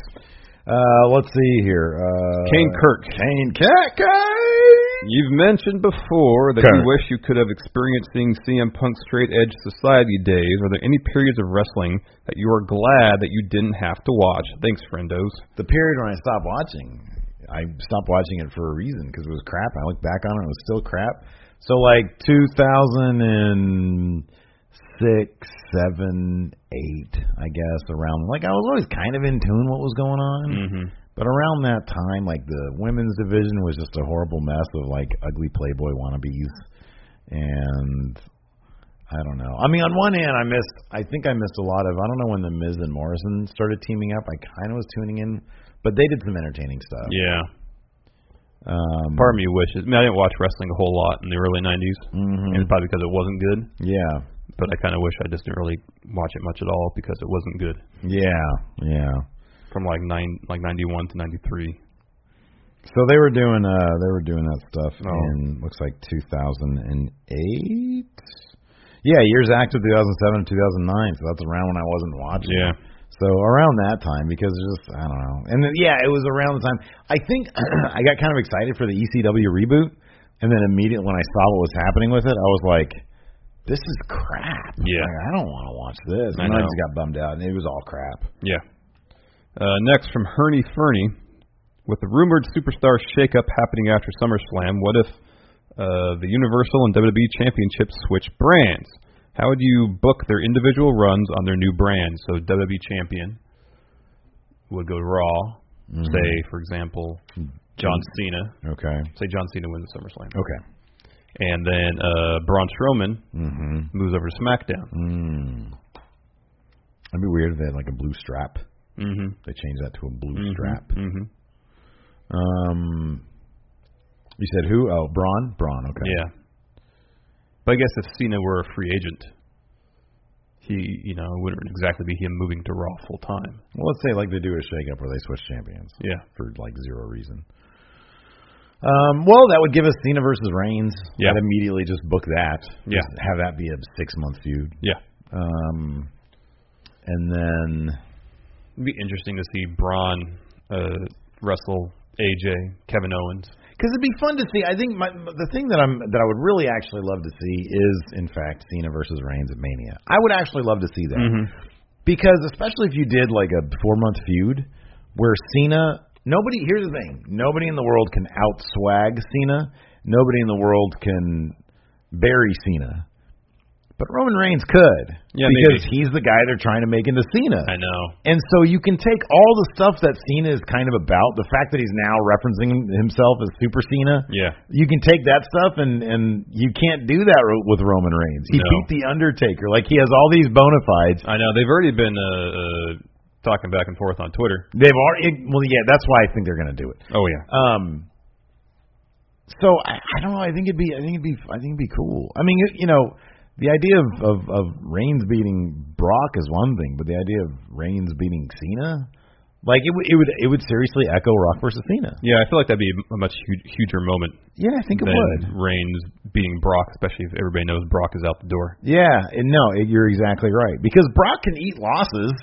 Uh, let's see here. Uh, Kane Kirk. Kane Kirk. Kane. You've mentioned before that you Correct. wish you could have experienced seeing CM Punk's Straight Edge Society days. Are there any periods of wrestling that you are glad that you didn't have to watch? Thanks, friendos. The period when I stopped watching, I stopped watching it for a reason because it was crap. I looked back on it; it was still crap. So like 2006, seven, eight, I guess around. Like I was always kind of in tune what was going on. Mm-hmm. But around that time, like the women's division was just a horrible mess of like ugly Playboy wannabes, and I don't know. I mean, on one hand, I missed. I think I missed a lot of. I don't know when the Miz and Morrison started teaming up. I kind of was tuning in, but they did some entertaining stuff. Yeah. Um, Part of me wishes. I mean, I didn't watch wrestling a whole lot in the early 90s. mhm. And it's probably because it wasn't good. yeah, But I kind of wish I just didn't really watch it much at all because it wasn't good. yeah, yeah. From like nine, like 91 to 93. So they were doing uh they were doing that stuff Oh. in looks like 2008. Yeah, years active 2007 2009. So that's around when I wasn't watching. Yeah. So around that time because it's just I don't know. And then, yeah, it was around the time I think I got kind of excited for the ECW reboot and then immediately when I saw what was happening with it, I was like this is crap. Yeah. Like, I don't want to watch this. I And know. I just got bummed out and it was all crap. Yeah. Uh, next from Herney Fernie, with the rumored superstar shakeup happening after SummerSlam, what if uh, the Universal and WWE Championships switch brands? How would you book their individual runs on their new brands? So WWE Champion would go to Raw, say for example John Cena. Okay. Say John Cena wins the SummerSlam, Okay. and then uh, Braun Strowman Mhm. moves over to SmackDown. Mm. That'd be weird if they had like a blue strap. Mm-hmm. They changed that to a blue Mhm. strap. Mm-hmm. Um, you said who? Oh, Braun. Braun. Okay. Yeah. But I guess if Cena were a free agent, he, you know, it wouldn't exactly be him moving to Raw full time. Well, let's say like they do a shakeup where they switch champions Yeah. for like zero reason. Um, well, that would give us Cena versus Reigns. Yeah. I'd immediately just book that. Yeah. Just have that be a six month feud. Yeah. Um, and then It'd be interesting to see Braun uh, wrestle AJ, Kevin Owens. because it'd be fun to see. I think my, the thing that I'm that I would really actually love to see is, in fact, Cena versus Reigns at Mania. I would actually love to see that Mm-hmm. because especially if you did like a four month feud where Cena. Nobody. Here's the thing. Nobody in the world can out swag Cena. Nobody in the world can bury Cena. But Roman Reigns could Yeah, because he's the guy they're trying to make into Cena. I know. And so you can take all the stuff that Cena is kind of about, the fact that he's now referencing himself as Super Cena. Yeah. You can take that stuff and and you can't do that ro- with Roman Reigns. He No. beat the Undertaker. Like he has all these bona fides. I know. They've already been uh, uh, talking back and forth on Twitter. They've already well yeah, that's why I think they're going to do it. Oh, yeah. Um so I, I don't know, I think it'd be I think it'd be I think it'd be cool. I mean, you know, the idea of, of of Reigns beating Brock is one thing, but the idea of Reigns beating Cena like it, would it would it would seriously echo Rock versus Cena. Yeah, I feel like that'd be a much hu- huger moment Yeah, I think it than would. Reigns beating Brock, especially if everybody knows Brock is out the door. Yeah, and no, it, you're exactly right because Brock can eat losses.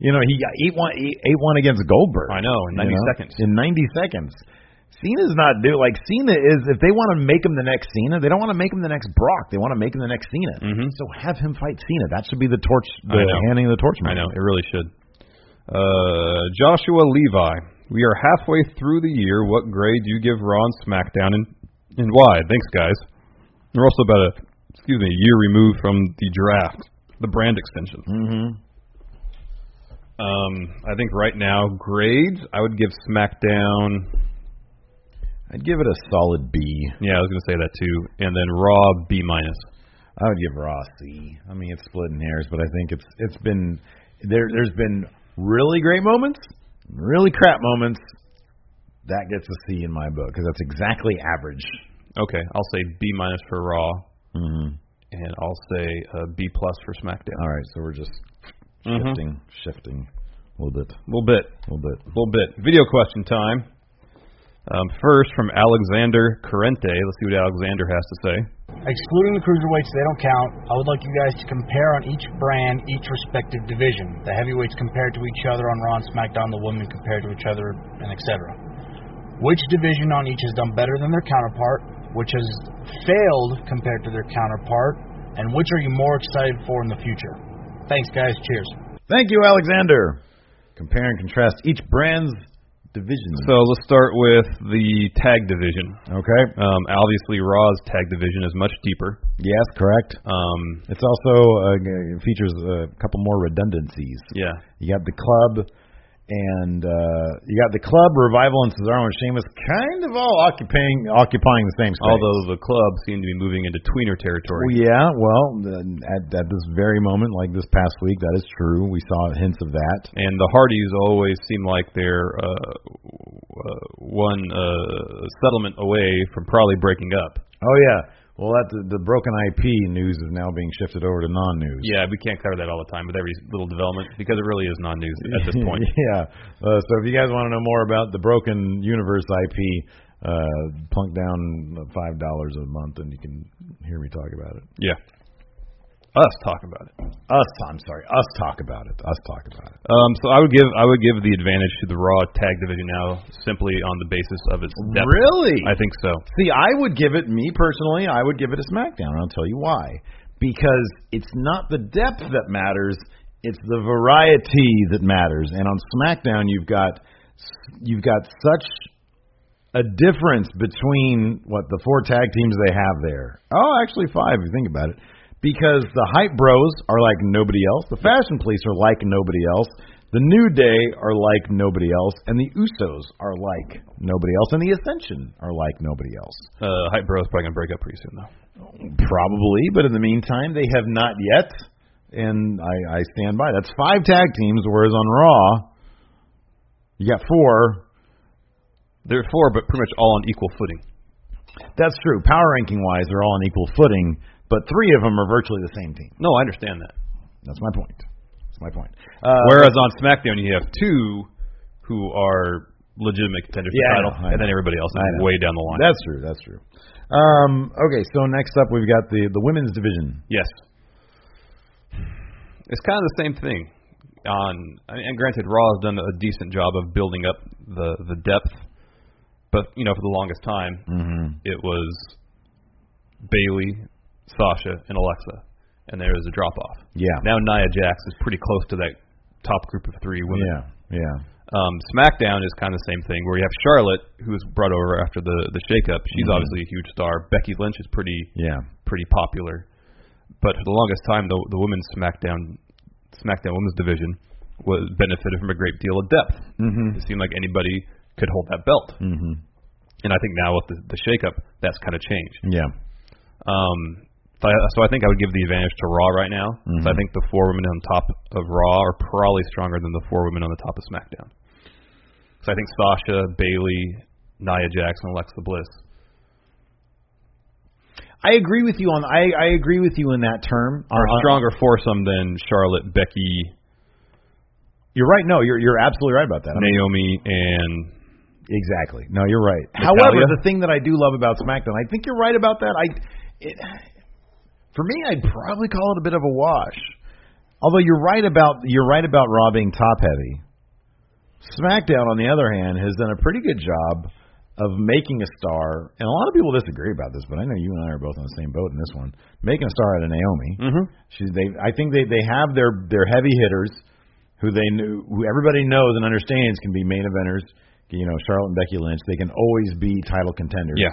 You know, he got eight one eight, eight one against Goldberg. I know, in 90 you know, seconds. In ninety seconds, Cena's not do like Cena is. If they want to make him the next Cena, they don't want to make him the next Brock. They want to make him the next Cena. Mhm. So have him fight Cena. That should be the torch, I the know. handing of the torch. I know. It really should. Hmm. Uh, Joshua Levi. We are halfway through the year. What grade do you give Raw and SmackDown and, and why? Thanks, guys. We're also about a, excuse me, a year removed from the draft, the brand extension. Mm-hmm. Um, I think right now, grades, I would give SmackDown, I'd give it a solid B. yeah, I was going to say that too, and then Raw, B minus. I would give Raw a C. I mean, it's splitting hairs, but I think it's it's been there. There's been really great moments, really crap moments. That gets a C in my book because that's exactly average. Okay, I'll say B minus for Raw, Mm-hmm. and I'll say uh, B plus for SmackDown. All right, so we're just Mhm. shifting, shifting a little bit, A little bit. a little bit. little bit. Video question time. Um, first from Alexander Corrente. Let's see what Alexander has to say. Excluding the cruiserweights, they don't count. I would like you guys to compare on each brand, each respective division. The heavyweights compared to each other on Raw and SmackDown, the women compared to each other, and etc. Which division on each has done better than their counterpart? Which has failed compared to their counterpart? And which are you more excited for in the future? Thanks, guys. Cheers. Thank you, Alexander. Compare and contrast each brand's division. So let's start with the tag division. okay. Um, obviously, Raw's tag division is much deeper. Yes, correct. Um, It's also uh, g- features a couple more redundancies. yeah, You got the club and uh you got the club revival and Cesaro and Sheamus kind of all occupying occupying the same space. although the club seemed to be moving into tweener territory. Well, yeah, well, then at, at this very moment, like this past week, that is true. We saw hints of that. and the Hardys always seem like they're uh, uh, one uh, settlement away from probably breaking up. Oh yeah. Well, that the, the broken IP news is now being shifted over to non-news. Yeah, we can't cover that all the time with every little development because it really is non-news at this point. yeah. Uh, so if you guys want to know more about the Broken Universe IP, uh, plunk down five dollars a month, and you can hear me talk about it. Yeah. Us talk about it. Us, I'm sorry. Us talk about it. Us talk about it. Um, so I would give I would give the advantage to the Raw tag division now simply on the basis of its depth. Really? I think so. See, I would give it me personally. I would give it a SmackDown. and I'll tell you why. Because it's not the depth that matters; it's the variety that matters. And on SmackDown, you've got you've got such a difference between what the four tag teams they have there. Oh, actually five if you think about it. Because the hype bros are like nobody else. The fashion police are like nobody else. The New Day are like nobody else. And the Usos are like nobody else. And the Ascension are like nobody else. Uh, Hype Bro is probably gonna break up pretty soon though. Probably, but in the meantime, they have not yet. And I, I stand by. That's five tag teams, whereas on Raw, you got four, They're four, but pretty much all on equal footing. That's true. Power ranking wise, they're all on equal footing, but three of them are virtually the same team. No, I understand that. That's my point. That's my point. Uh, Whereas on SmackDown, you have two who are legitimate contenders for Yeah, I the know, I title, and then know. everybody else I is know. way down the line. that's true. That's true. Um, okay, so next up we've got the the women's division. yes. It's kind of the same thing. On I mean, and granted, Raw has done a decent job of building up the the depth, but you know for the longest time Mm-hmm. it was Bailey, Sasha, and Alexa, and there was a drop off. Yeah. Now Nia Jax is pretty close to that top group of three women. Yeah. Yeah. Um, SmackDown is kind of the same thing, where you have Charlotte, who was brought over after the the shakeup. She's Mhm. obviously a huge star. Becky Lynch is pretty Yeah. pretty popular, but for the longest time, the the women's SmackDown SmackDown women's division was benefited from a great deal of depth. Mhm. It seemed like anybody could hold that belt, Mhm. and I think now with the, the shakeup, that's kind of changed. Yeah. Um, so I, so I think I would give the advantage to Raw right now. So I Mhm. think the four women on top of Raw are probably stronger than the four women on the top of SmackDown. So I think Sasha, Bailey, Nia Jackson, Alexa Bliss. I agree with you on I, I agree with you in that term. Are a On- stronger foursome than Charlotte, Becky, You're right. No, you're you're absolutely right Uh, about that. I mean, Naomi, and exactly. No, you're right. Natalia? However, the thing that I do love about SmackDown, I think you're right about that. I it for me, I'd probably call it a bit of a wash. Although you're right about you're right about Raw being top heavy. SmackDown, on the other hand, has done a pretty good job of making a star, and a lot of people disagree about this, but I know you and I are both on the same boat in this one. Making a star out of Naomi. mm-hmm. She's they I think they they have their their heavy hitters who they knew who everybody knows and understands can be main eventers. You know, Charlotte and Becky Lynch, they can always be title contenders. yeah,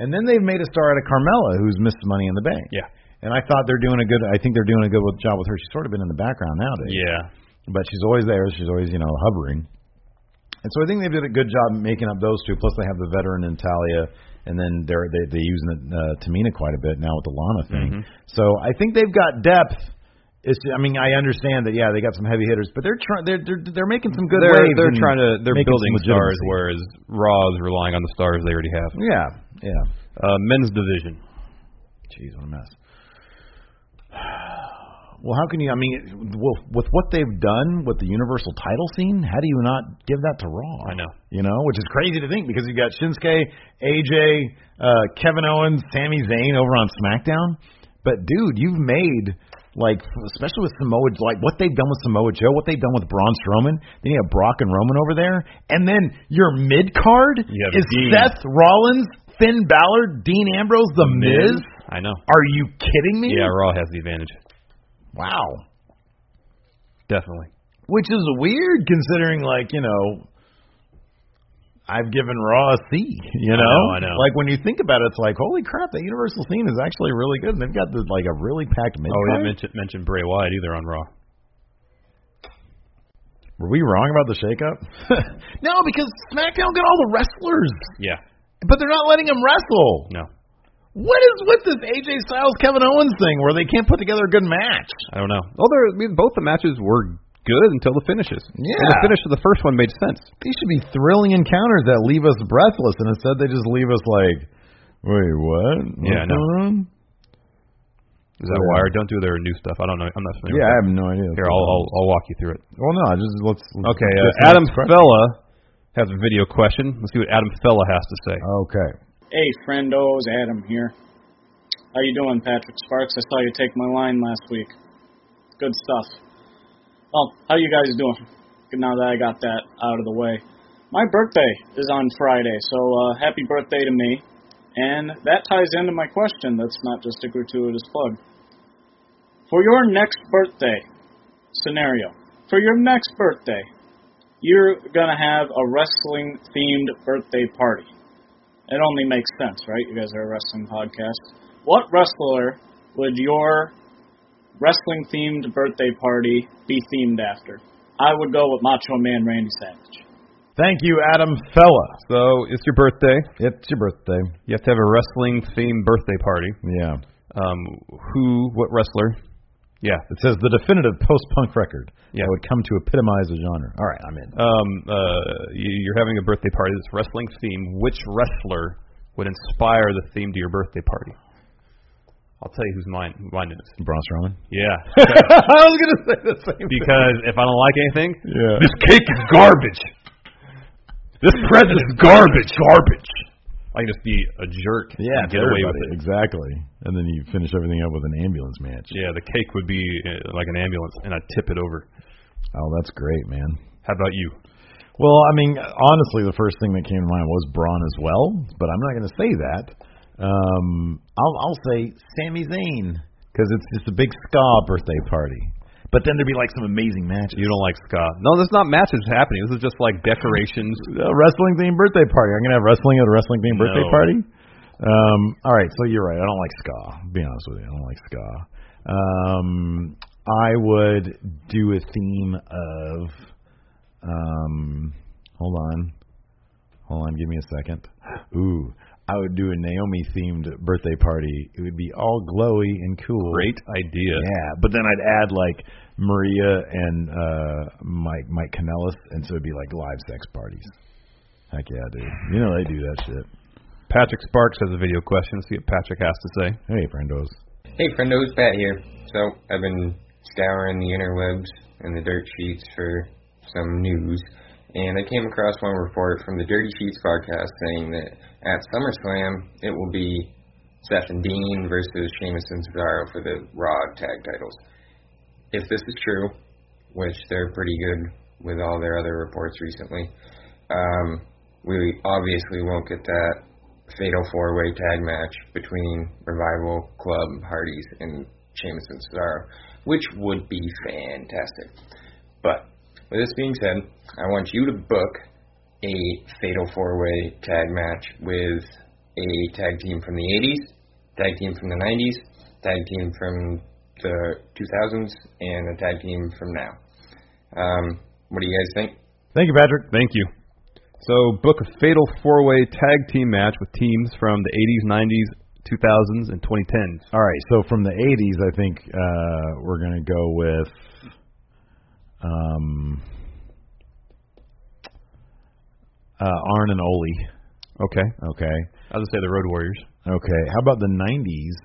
And then they've made a star out of Carmella who's missed money in the bank. yeah, And I thought they're doing a good I think they're doing a good job with her. She's sort of been in the background nowadays. yeah. But she's always there, she's always, you know, hovering. And so I think they did a good job making up those two. Plus they have the veteran in Talia and then they're they they using uh, Tamina quite a bit now with the Lana thing. Mhm. So I think they've got depth. It's I mean I understand that yeah they got some heavy hitters, but they're trying they're, they're they're making some good They're waves. they're and trying to they're making building some stars, legitimacy. whereas Raw is relying on the stars they already have. yeah yeah. Uh, men's division. Jeez, what a mess. Well, how can you? I mean, well, with what they've done with the Universal title scene, how do you not give that to Raw? I know. You know, which is crazy to think because you've got Shinsuke, AJ, uh, Kevin Owens, Sami Zayn over on SmackDown. But dude, you've made like, especially with Samoa, like what they've done with Samoa Joe, what they've done with Braun Strowman. Then you have Brock and Roman over there, and then your mid card You have is Dean. Seth Rollins, Finn Balor, Dean Ambrose, The Miz. I know. Are you kidding me? Yeah, Raw has the advantage. Wow. Definitely. Which is weird considering, like, you know, I've given Raw a C, you know? know, I know. Like, when you think about it, it's like, holy crap, that Universal scene is actually really good. And they've got, the, like, a really packed mid Oh, we didn't mention, mention Bray Wyatt either on Raw. Were we wrong about the shakeup? no, because SmackDown got all the wrestlers, Yeah. but they're not letting them wrestle. No. What is with this AJ Styles Kevin Owens thing where they can't put together a good match? I don't know. Although I mean, both the matches were good until the finishes. And the Yeah. finish of the first one made sense. These should be thrilling encounters that leave us breathless, and instead they just leave us like, wait, what? What's Yeah, I know. going on? Is that Yeah. why? Or don't do their new stuff. I don't know. I'm not familiar. Yeah, I With have no idea. that. Here, I'll, I'll I'll walk you through it. Well, no, just let's. let's Okay. just Uh, Adam let's press- Fella has a video question. Let's see what Adam Fella has to say. Okay. Hey, friendos, Adam here. How you doing, Patrick Sparks? I saw you take my line last week. Good stuff. Well, how you guys doing? Good Now that I got that out of the way, my birthday is on Friday, so uh, happy birthday to me. And that ties into my question. That's not just a gratuitous plug. For your next birthday scenario, for your next birthday, you're gonna have a wrestling themed birthday party. It only makes sense, right? You guys are a wrestling podcast. What wrestler would your wrestling themed birthday party be themed after? I would go with Macho Man Randy Savage. Thank you, Adam Fella. So it's your birthday. It's your birthday. You have to have a wrestling themed birthday party. Yeah. Um, who? What wrestler? Yeah. It says the definitive post-punk record Yeah. that would come to epitomize the genre. All right, I'm in. um, uh, you- you're having a birthday party that's wrestling theme. Which wrestler would inspire the theme to your birthday party? I'll tell you who's mine. Who mine is. Braun Strowman. Yeah. I was gonna say the same because if I don't like anything, Yeah. this cake is garbage. This present is garbage. Garbage. I can just be a jerk. Yeah, and get away with it. exactly. And then you finish everything up with an ambulance match. Yeah, the cake would be uh, like an ambulance, and I'd tip it over. Oh, that's great, man. How about you? Well, I mean, honestly, the first thing that came to mind was Braun as well, but I'm not going to say that. Um, I'll, I'll say Sami Zayn because it's just a big ska birthday party. But then there'd be like some amazing matches. You don't like ska? No, there's not matches happening. This is just like decorations. a wrestling themed birthday party. I'm gonna have wrestling at a wrestling themed birthday No. party. Um, all right, so you're right. I don't like ska. I'll Be honest with you, I don't like ska. Um, I would do a theme of. Um, hold on, hold on. Give me a second. Ooh, I would do a Naomi themed birthday party. It would be all glowy and cool. Great idea. Yeah, but then I'd add like Maria and uh Mike Mike Canellis, and so it'd be like live sex parties. Heck yeah, dude. You know they do that shit. Patrick Sparks has a video question. Let's see what Patrick has to say. Hey, friendos. Hey, friendos, Pat here. So, I've been scouring the interwebs and the dirt sheets for some news, and I came across one report from the Dirty Sheets podcast saying that at SummerSlam, it will be Seth and Dean versus Sheamus and Cesaro for the Raw tag titles. If this is true, which they're pretty good with all their other reports recently, um, we obviously won't get that fatal four way tag match between Revival, Club, Hardys, and Sheamus and Cesaro, which would be fantastic. But with this being said, I want you to book a fatal four way tag match with a tag team from the 80s, tag team from the 90s, tag team from the 2000s, and a tag team from now. Um, what do you guys think? Thank you, Patrick. Thank you. So, book a fatal four way tag team match with teams from the 80s, 90s, 2000s, and 2010s. All right, so from the '80s, I think uh we're gonna go with. Um. Uh, Arn and Ole. Okay. Okay. I was going to say the Road Warriors. Okay. How about the 90s?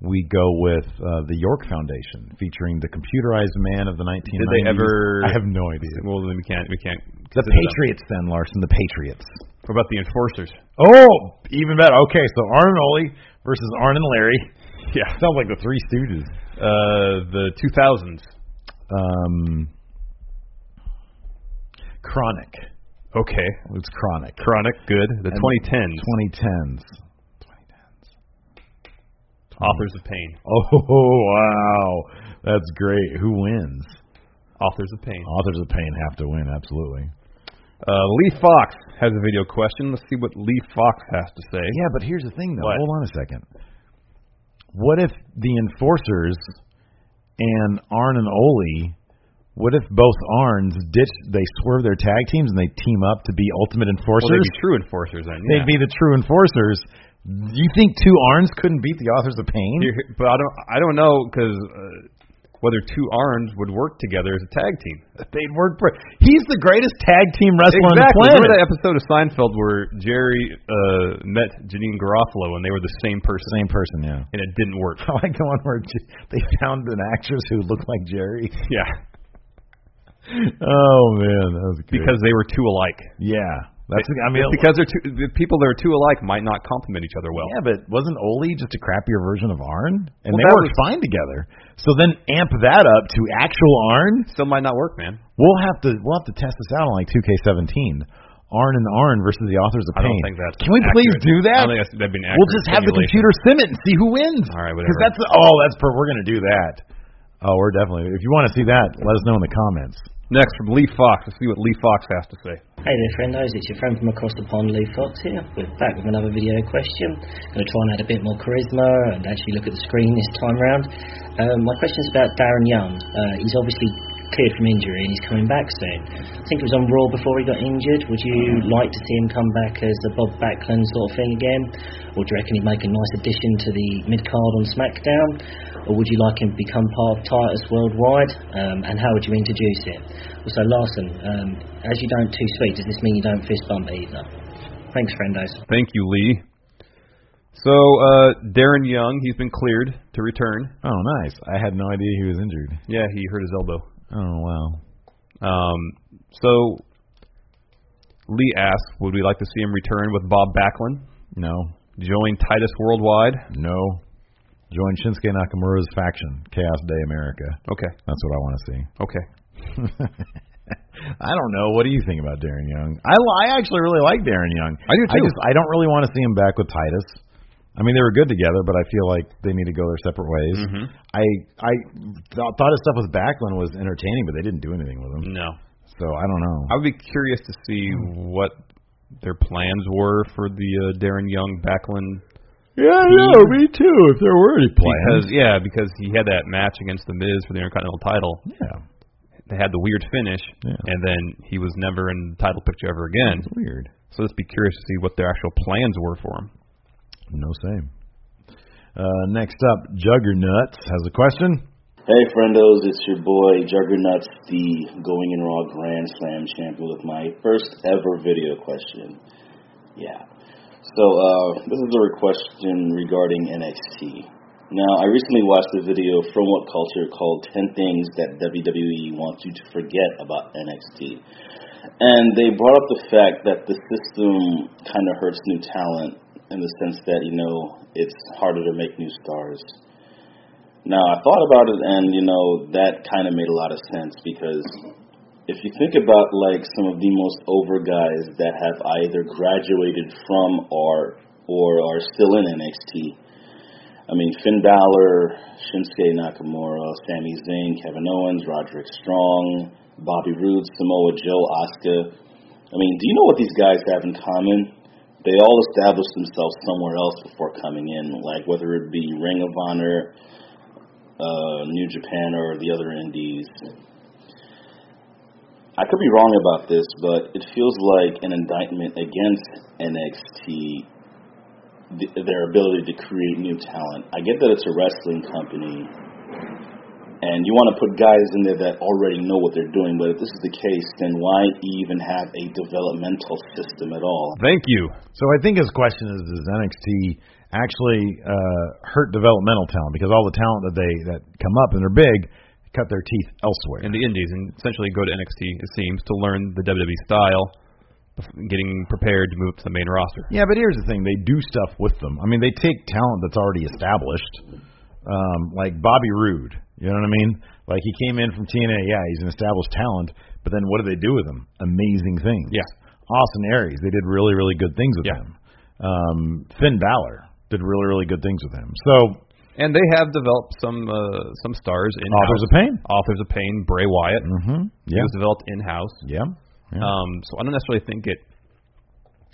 We go with uh, the York Foundation featuring the computerized man of the 1990s. they ever- I have no idea. Well, then we can't. We can't The consider them. Patriots, then, Larson. The Patriots. What about the Enforcers? Oh, even better. Okay, so Arn and Ole versus Arn and Larry. Yeah. Sounds like the Three Stooges. Uh, the 2000s. Um, chronic. Okay. It's chronic. Chronic, good. The And 2010s. 2010s. Authors of Pain. Oh, wow. That's great. Who wins? Authors of Pain. Authors of Pain have to win, absolutely. Uh, Lee Fox has a video question. Let's see what Lee Fox has to say. Yeah, but here's the thing, though. What? Hold on a second. What if the enforcers and Arn and Ole? What if both Arns ditch? They swerve their tag teams and they team up to be ultimate enforcers. Well, they'd be true enforcers then. Yeah. They'd be the true enforcers. You think two Arns couldn't beat the Authors of Pain? You're- but I don't. I don't know because uh, whether two arms would work together as a tag team. They'd work. For, he's the greatest tag team wrestler on the Exactly. planet. Remember that episode of Seinfeld where Jerry uh, met Janine Garofalo and they were the same person, Same person, yeah. and it didn't work. I like the one where J- they found an actress who looked like Jerry. yeah, Oh man, that was good. because they were two alike. yeah, that's. I mean, It's because they're two, the people that are two alike might not complement each other well. Yeah, but wasn't Oli just a crappier version of Arn? And Well, they that worked fine together. So then amp that up to actual Arn. Still might not work, man. We'll have to we'll have to test this out on like 2K17. Arn and Arn versus the authors of I pain. don't think that's. Can we please do accurate. I that? don't think that's, that'd be an We'll accurate just have the simulation. computer sim it and see who wins. All right, Because whatever. that's oh, that's per. We're gonna do that. Oh, we're definitely. If you want to see that, let us know in the comments. Next from Lee Fox. Let's see what Lee Fox has to say. Hey there, friendos. It's your friend from across the pond, Lou Fox here. We're back with another video question. Going to try and add a bit more charisma and actually look at the screen this time round. Um, my question's about Darren Young. Uh, he's obviously cleared from injury and he's coming back soon. I think it was on Raw before he got injured. Would you like to see him come back as the Bob Backlund sort of thing again? Or do you reckon he'd make a nice addition to the mid card on SmackDown? Or would you like him to become part of Titus Worldwide? Um, and how would you introduce it? Also, Larson, um, as you don't too sweet, does this mean you don't fist bump either? Thanks, friendos. Thank you, Lee. So uh, Darren Young, he's been cleared to return. Oh, nice. I had no idea he was injured. Yeah, he hurt his elbow. Oh, wow. Um, so Lee asks, would we like to see him return with Bob Backlund? No. Join Titus Worldwide? No. Join Shinsuke Nakamura's faction, Chaos Day America. Okay, That's what I want to see. okay. I don't know. What do you think about Darren Young? I, li- I actually really like Darren Young. I do, too. I, just, I don't really want to see him back with Titus. I mean, they were good together, but I feel like they need to go their separate ways. Mm-hmm. I I th- thought his stuff with Backlund was entertaining, but they didn't do anything with him. No. So I don't know. I would be curious to see what their plans were for the uh, Darren Young Backlund Yeah, no, me too. If there were any because yeah because he had that match against the Miz for the Intercontinental title. yeah, They had the weird finish, Yeah. and then he was never in the title picture ever again. it's weird. So let's be curious to see what their actual plans were for him. No same. Uh, next up, Juggernuts has a question. Hey, friendos, it's your boy Juggernauts, the Going in Raw Grand Slam champion, with my first ever video question. Yeah. So, uh, this is a question regarding NXT. Now, I recently watched a video from What Culture called 10 Things That WWE Wants You to Forget About NXT. And they brought up the fact that the system kind of hurts new talent in the sense that, you know, it's harder to make new stars. Now I thought about it, and you know that kind of made a lot of sense because if you think about like some of the most over guys that have either graduated from or or are still in NXT, I mean Finn Balor, Shinsuke Nakamura, Sami Zayn, Kevin Owens, Roderick Strong, Bobby Roode, Samoa Joe, Asuka. I mean, do you know what these guys have in common? They all established themselves somewhere else before coming in, like whether it be Ring of Honor, uh, New Japan or the other indies. I could be wrong about this, but it feels like an indictment against NXT, th- their ability to create new talent. I get that it's a wrestling company, and you want to put guys in there that already know what they're doing, but if this is the case, then why even have a developmental system at all? Thank you. So I think his question is: Does NXT actually uh, hurt developmental talent? Because all the talent that they that come up and they're big cut their teeth elsewhere. in the indies and essentially go to NXT, it seems, to learn the WWE style, bef- getting prepared to move up to the main roster. Yeah, but here's the thing: they do stuff with them. I mean, they take talent that's already established, um, like Bobby Roode. You know what I mean? Like he came in from TNA. Yeah, he's an established talent. But then what do they do with him? Amazing things. Yeah. Austin Aries. They did really, really good things with Yeah. him. Um, Finn Balor did really, really good things with him. So And they have developed some uh, some stars in Authors of Pain. Authors of Pain, Bray Wyatt. Mm-hmm. It Yeah. was developed in house. Yeah. Yeah. Um, so I don't necessarily think it.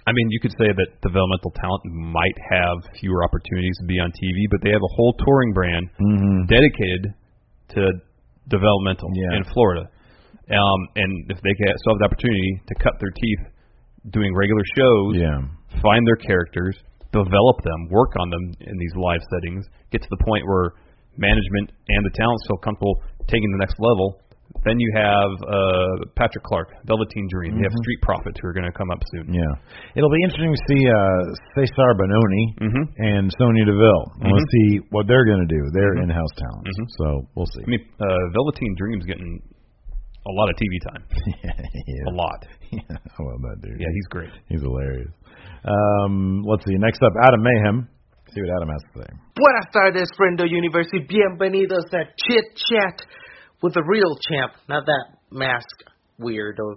I mean, you could say that developmental talent might have fewer opportunities to be on TV, but they have a whole touring brand Mhm. dedicated to developmental Yeah. in Florida. Um, and if they can still have the opportunity to cut their teeth doing regular shows, Yeah. find their characters, develop them, work on them in these live settings, get to the point where management and the talent feel comfortable taking the next level. Then you have uh, Patrick Clark, Velveteen Dream. You Mm-hmm. have Street Profits who are going to come up soon. Yeah. It'll be interesting to see uh, Cesar Bononi Mhm. and Sonya Deville. And We'll see what they're going to do. They're in-house talent, so we'll see. I mean, uh, Velveteen Dream's getting a lot of TV time, yeah. a lot. Yeah. I love that dude. Yeah, he's great. he's hilarious. Um, let's see. Next up, Adam Mayhem. See what Adam has to say. Buenas tardes, Friendo Universe, y bienvenidos a Chit Chat with the real champ, not that mask weirdo.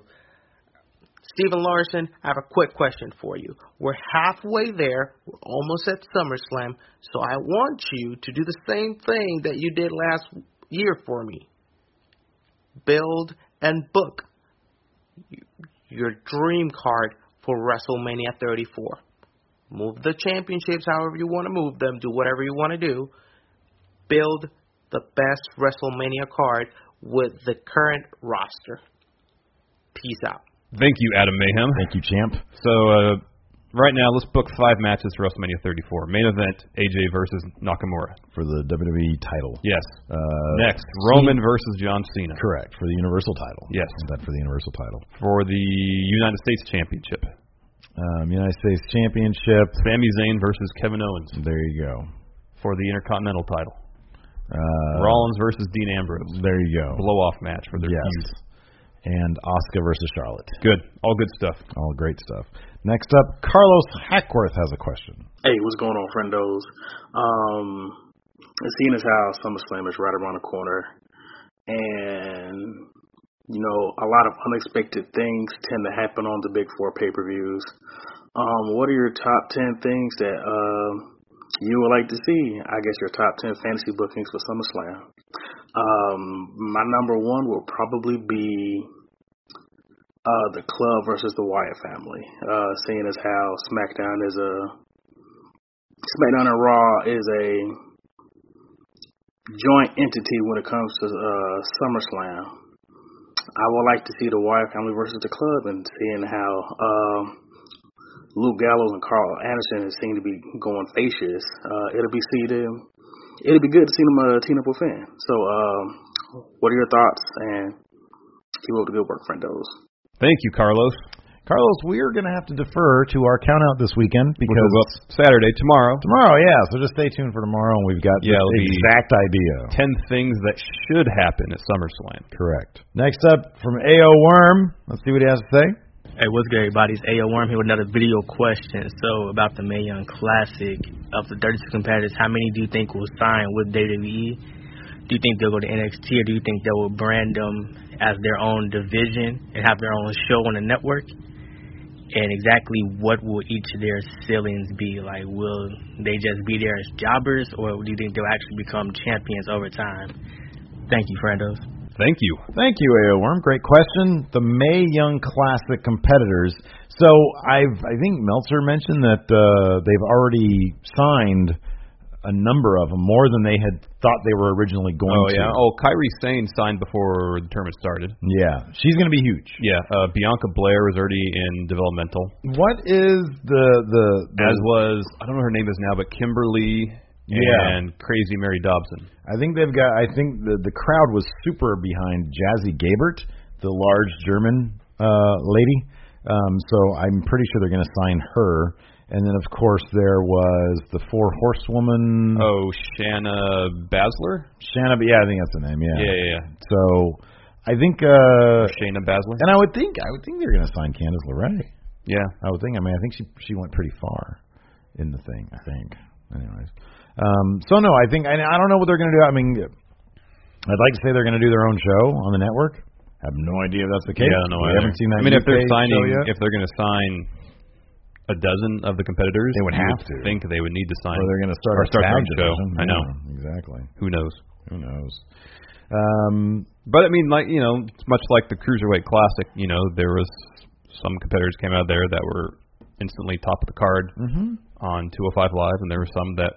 Stephen Larson, I have a quick question for you. We're halfway there, we're almost at SummerSlam, so I want you to do the same thing that you did last year for me build and book your dream card for WrestleMania 34 move the championships however you want to move them, do whatever you want to do, build the best WrestleMania card with the current roster. Peace out. Thank you, Adam Mayhem. Thank you, champ. So uh, right now, let's book five matches for WrestleMania 34. Main event: AJ versus Nakamura. For the WWE title. Yes. Uh, Next, Roman versus John Cena Correct. For the Universal title. Yes. Is that for the Universal title? for the United States Championship. Um, United States Championship. Sami Zayn versus Kevin Owens There you go. for the Intercontinental title. Uh, Rollins versus Dean Ambrose. There you go. Blow off match for their feud. Yes. And Oscar versus Charlotte. Good. All good stuff. All great stuff. Next up, Carlos Hackworth has a question. Hey, what's going on, friendos? Um, seeing as how SummerSlam is right around the corner, and you know a lot of unexpected things tend to happen on the Big Four pay-per-views. Um, what are your top ten things that um you would like to see? I guess your top ten fantasy bookings for SummerSlam. Um, my number one will probably be uh, the Club versus the Wyatt family. Uh, seeing as how SmackDown is a SmackDown and Raw is a joint entity when it comes to uh, SummerSlam. I would like to see the Wyatt family versus the Club and seeing how um, Luke Gallows and Carl Anderson seem to be going facious. Uh, it'll be see them. It'll be good to see them uh, team up with Finn. So, um, what are your thoughts? And keep up the good work, friendos. Thank you, Carlos. Carlos, we are going to have to defer to our count out this weekend Which will because go up Saturday, tomorrow. tomorrow, yeah. So just stay tuned for tomorrow, and we've got Yeah, it'll be- the exact idea. Ten things that should happen at SummerSlam. Correct. Next up from AO Worm. Let's see what he has to say. Hey, what's good, everybody? It's AO Worm here with another video question. So, about the Mae Young Classic, of the 32 competitors, how many do you think will sign with WWE? Do you think they'll go to NXT, or do you think they will brand them as their own division and have their own show on the network? And exactly what will each of their ceilings be? Like, will they just be there as jobbers, or do you think they'll actually become champions over time? Thank you, friendos. Thank you. Thank you, AO Worm. Great question. The May Young Classic competitors. So I've I think Meltzer mentioned that uh, they've already signed a number of them, more than they had thought they were originally going Oh to. yeah. Oh, Kyrie Sane signed before the tournament started. Yeah, she's going to be huge. Yeah. Uh, Bianca Blair is already in developmental, What is the the, the as was I don't know her name is now, but Kimberly Yeah. and Crazy Mary Dobson. I think they've got. I think the the crowd was super behind Jazzy Gabert, the large German uh, lady. Um, so I'm pretty sure they're going to sign her. And then of course there was the four horsewoman. Oh, Shanna Basler. Shanna. Yeah, I think that's the name. Yeah. Yeah, yeah, yeah. So I think. uh Shayna Basler. And I would think I would think they're going to sign Candice LeRae. Yeah. I would think. I mean, I think she she went pretty far in the thing. I think. Anyways, um, so no, I think I, I don't know what they're going to do. I mean, I'd like to say they're going to do their own show on the network. I have no idea if that's the case. Yeah, I don't know. We either. haven't seen that. I mean, if they're UK show signing, yet. if they're going to sign a dozen of the competitors, They would you have to. Think they would need to sign. or they're going to start or a start their tag own show. division. I know. Yeah, exactly. Who knows? Who knows? Um, But I mean, like you know, it's much like the cruiserweight classic, you know, there was some competitors came out there that were instantly top of the card Mm-hmm. on 205 Live, and there were some that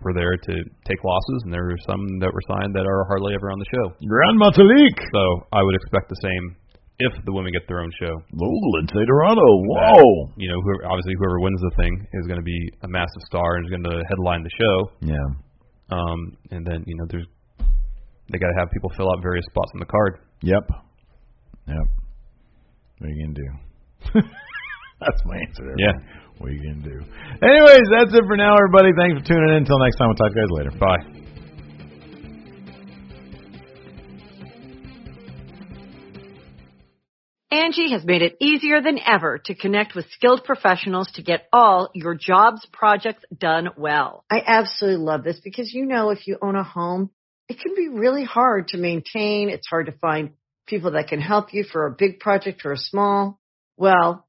were there to take losses, and there were some that were signed that are hardly ever on the show. Grand Matalik, So I would expect the same if the women get their own show. Lowell and Dorado. Whoa. You know, whoever, obviously whoever wins the thing is going to be a massive star and is going to headline the show. Yeah. Um, and then you know, there's they got to have people fill out various spots on the card. Yep. Yep. What are you gonna do? that's my answer. to Yeah. everything. What are you gonna do? Anyways, that's it for now, everybody. Thanks for tuning in. Until next time, we'll talk to you guys later. Bye. Angie has made it easier than ever to connect with skilled professionals to get all your jobs projects done well. I absolutely love this because you know if you own a home, it can be really hard to maintain. It's hard to find people that can help you for a big project or a small. Well,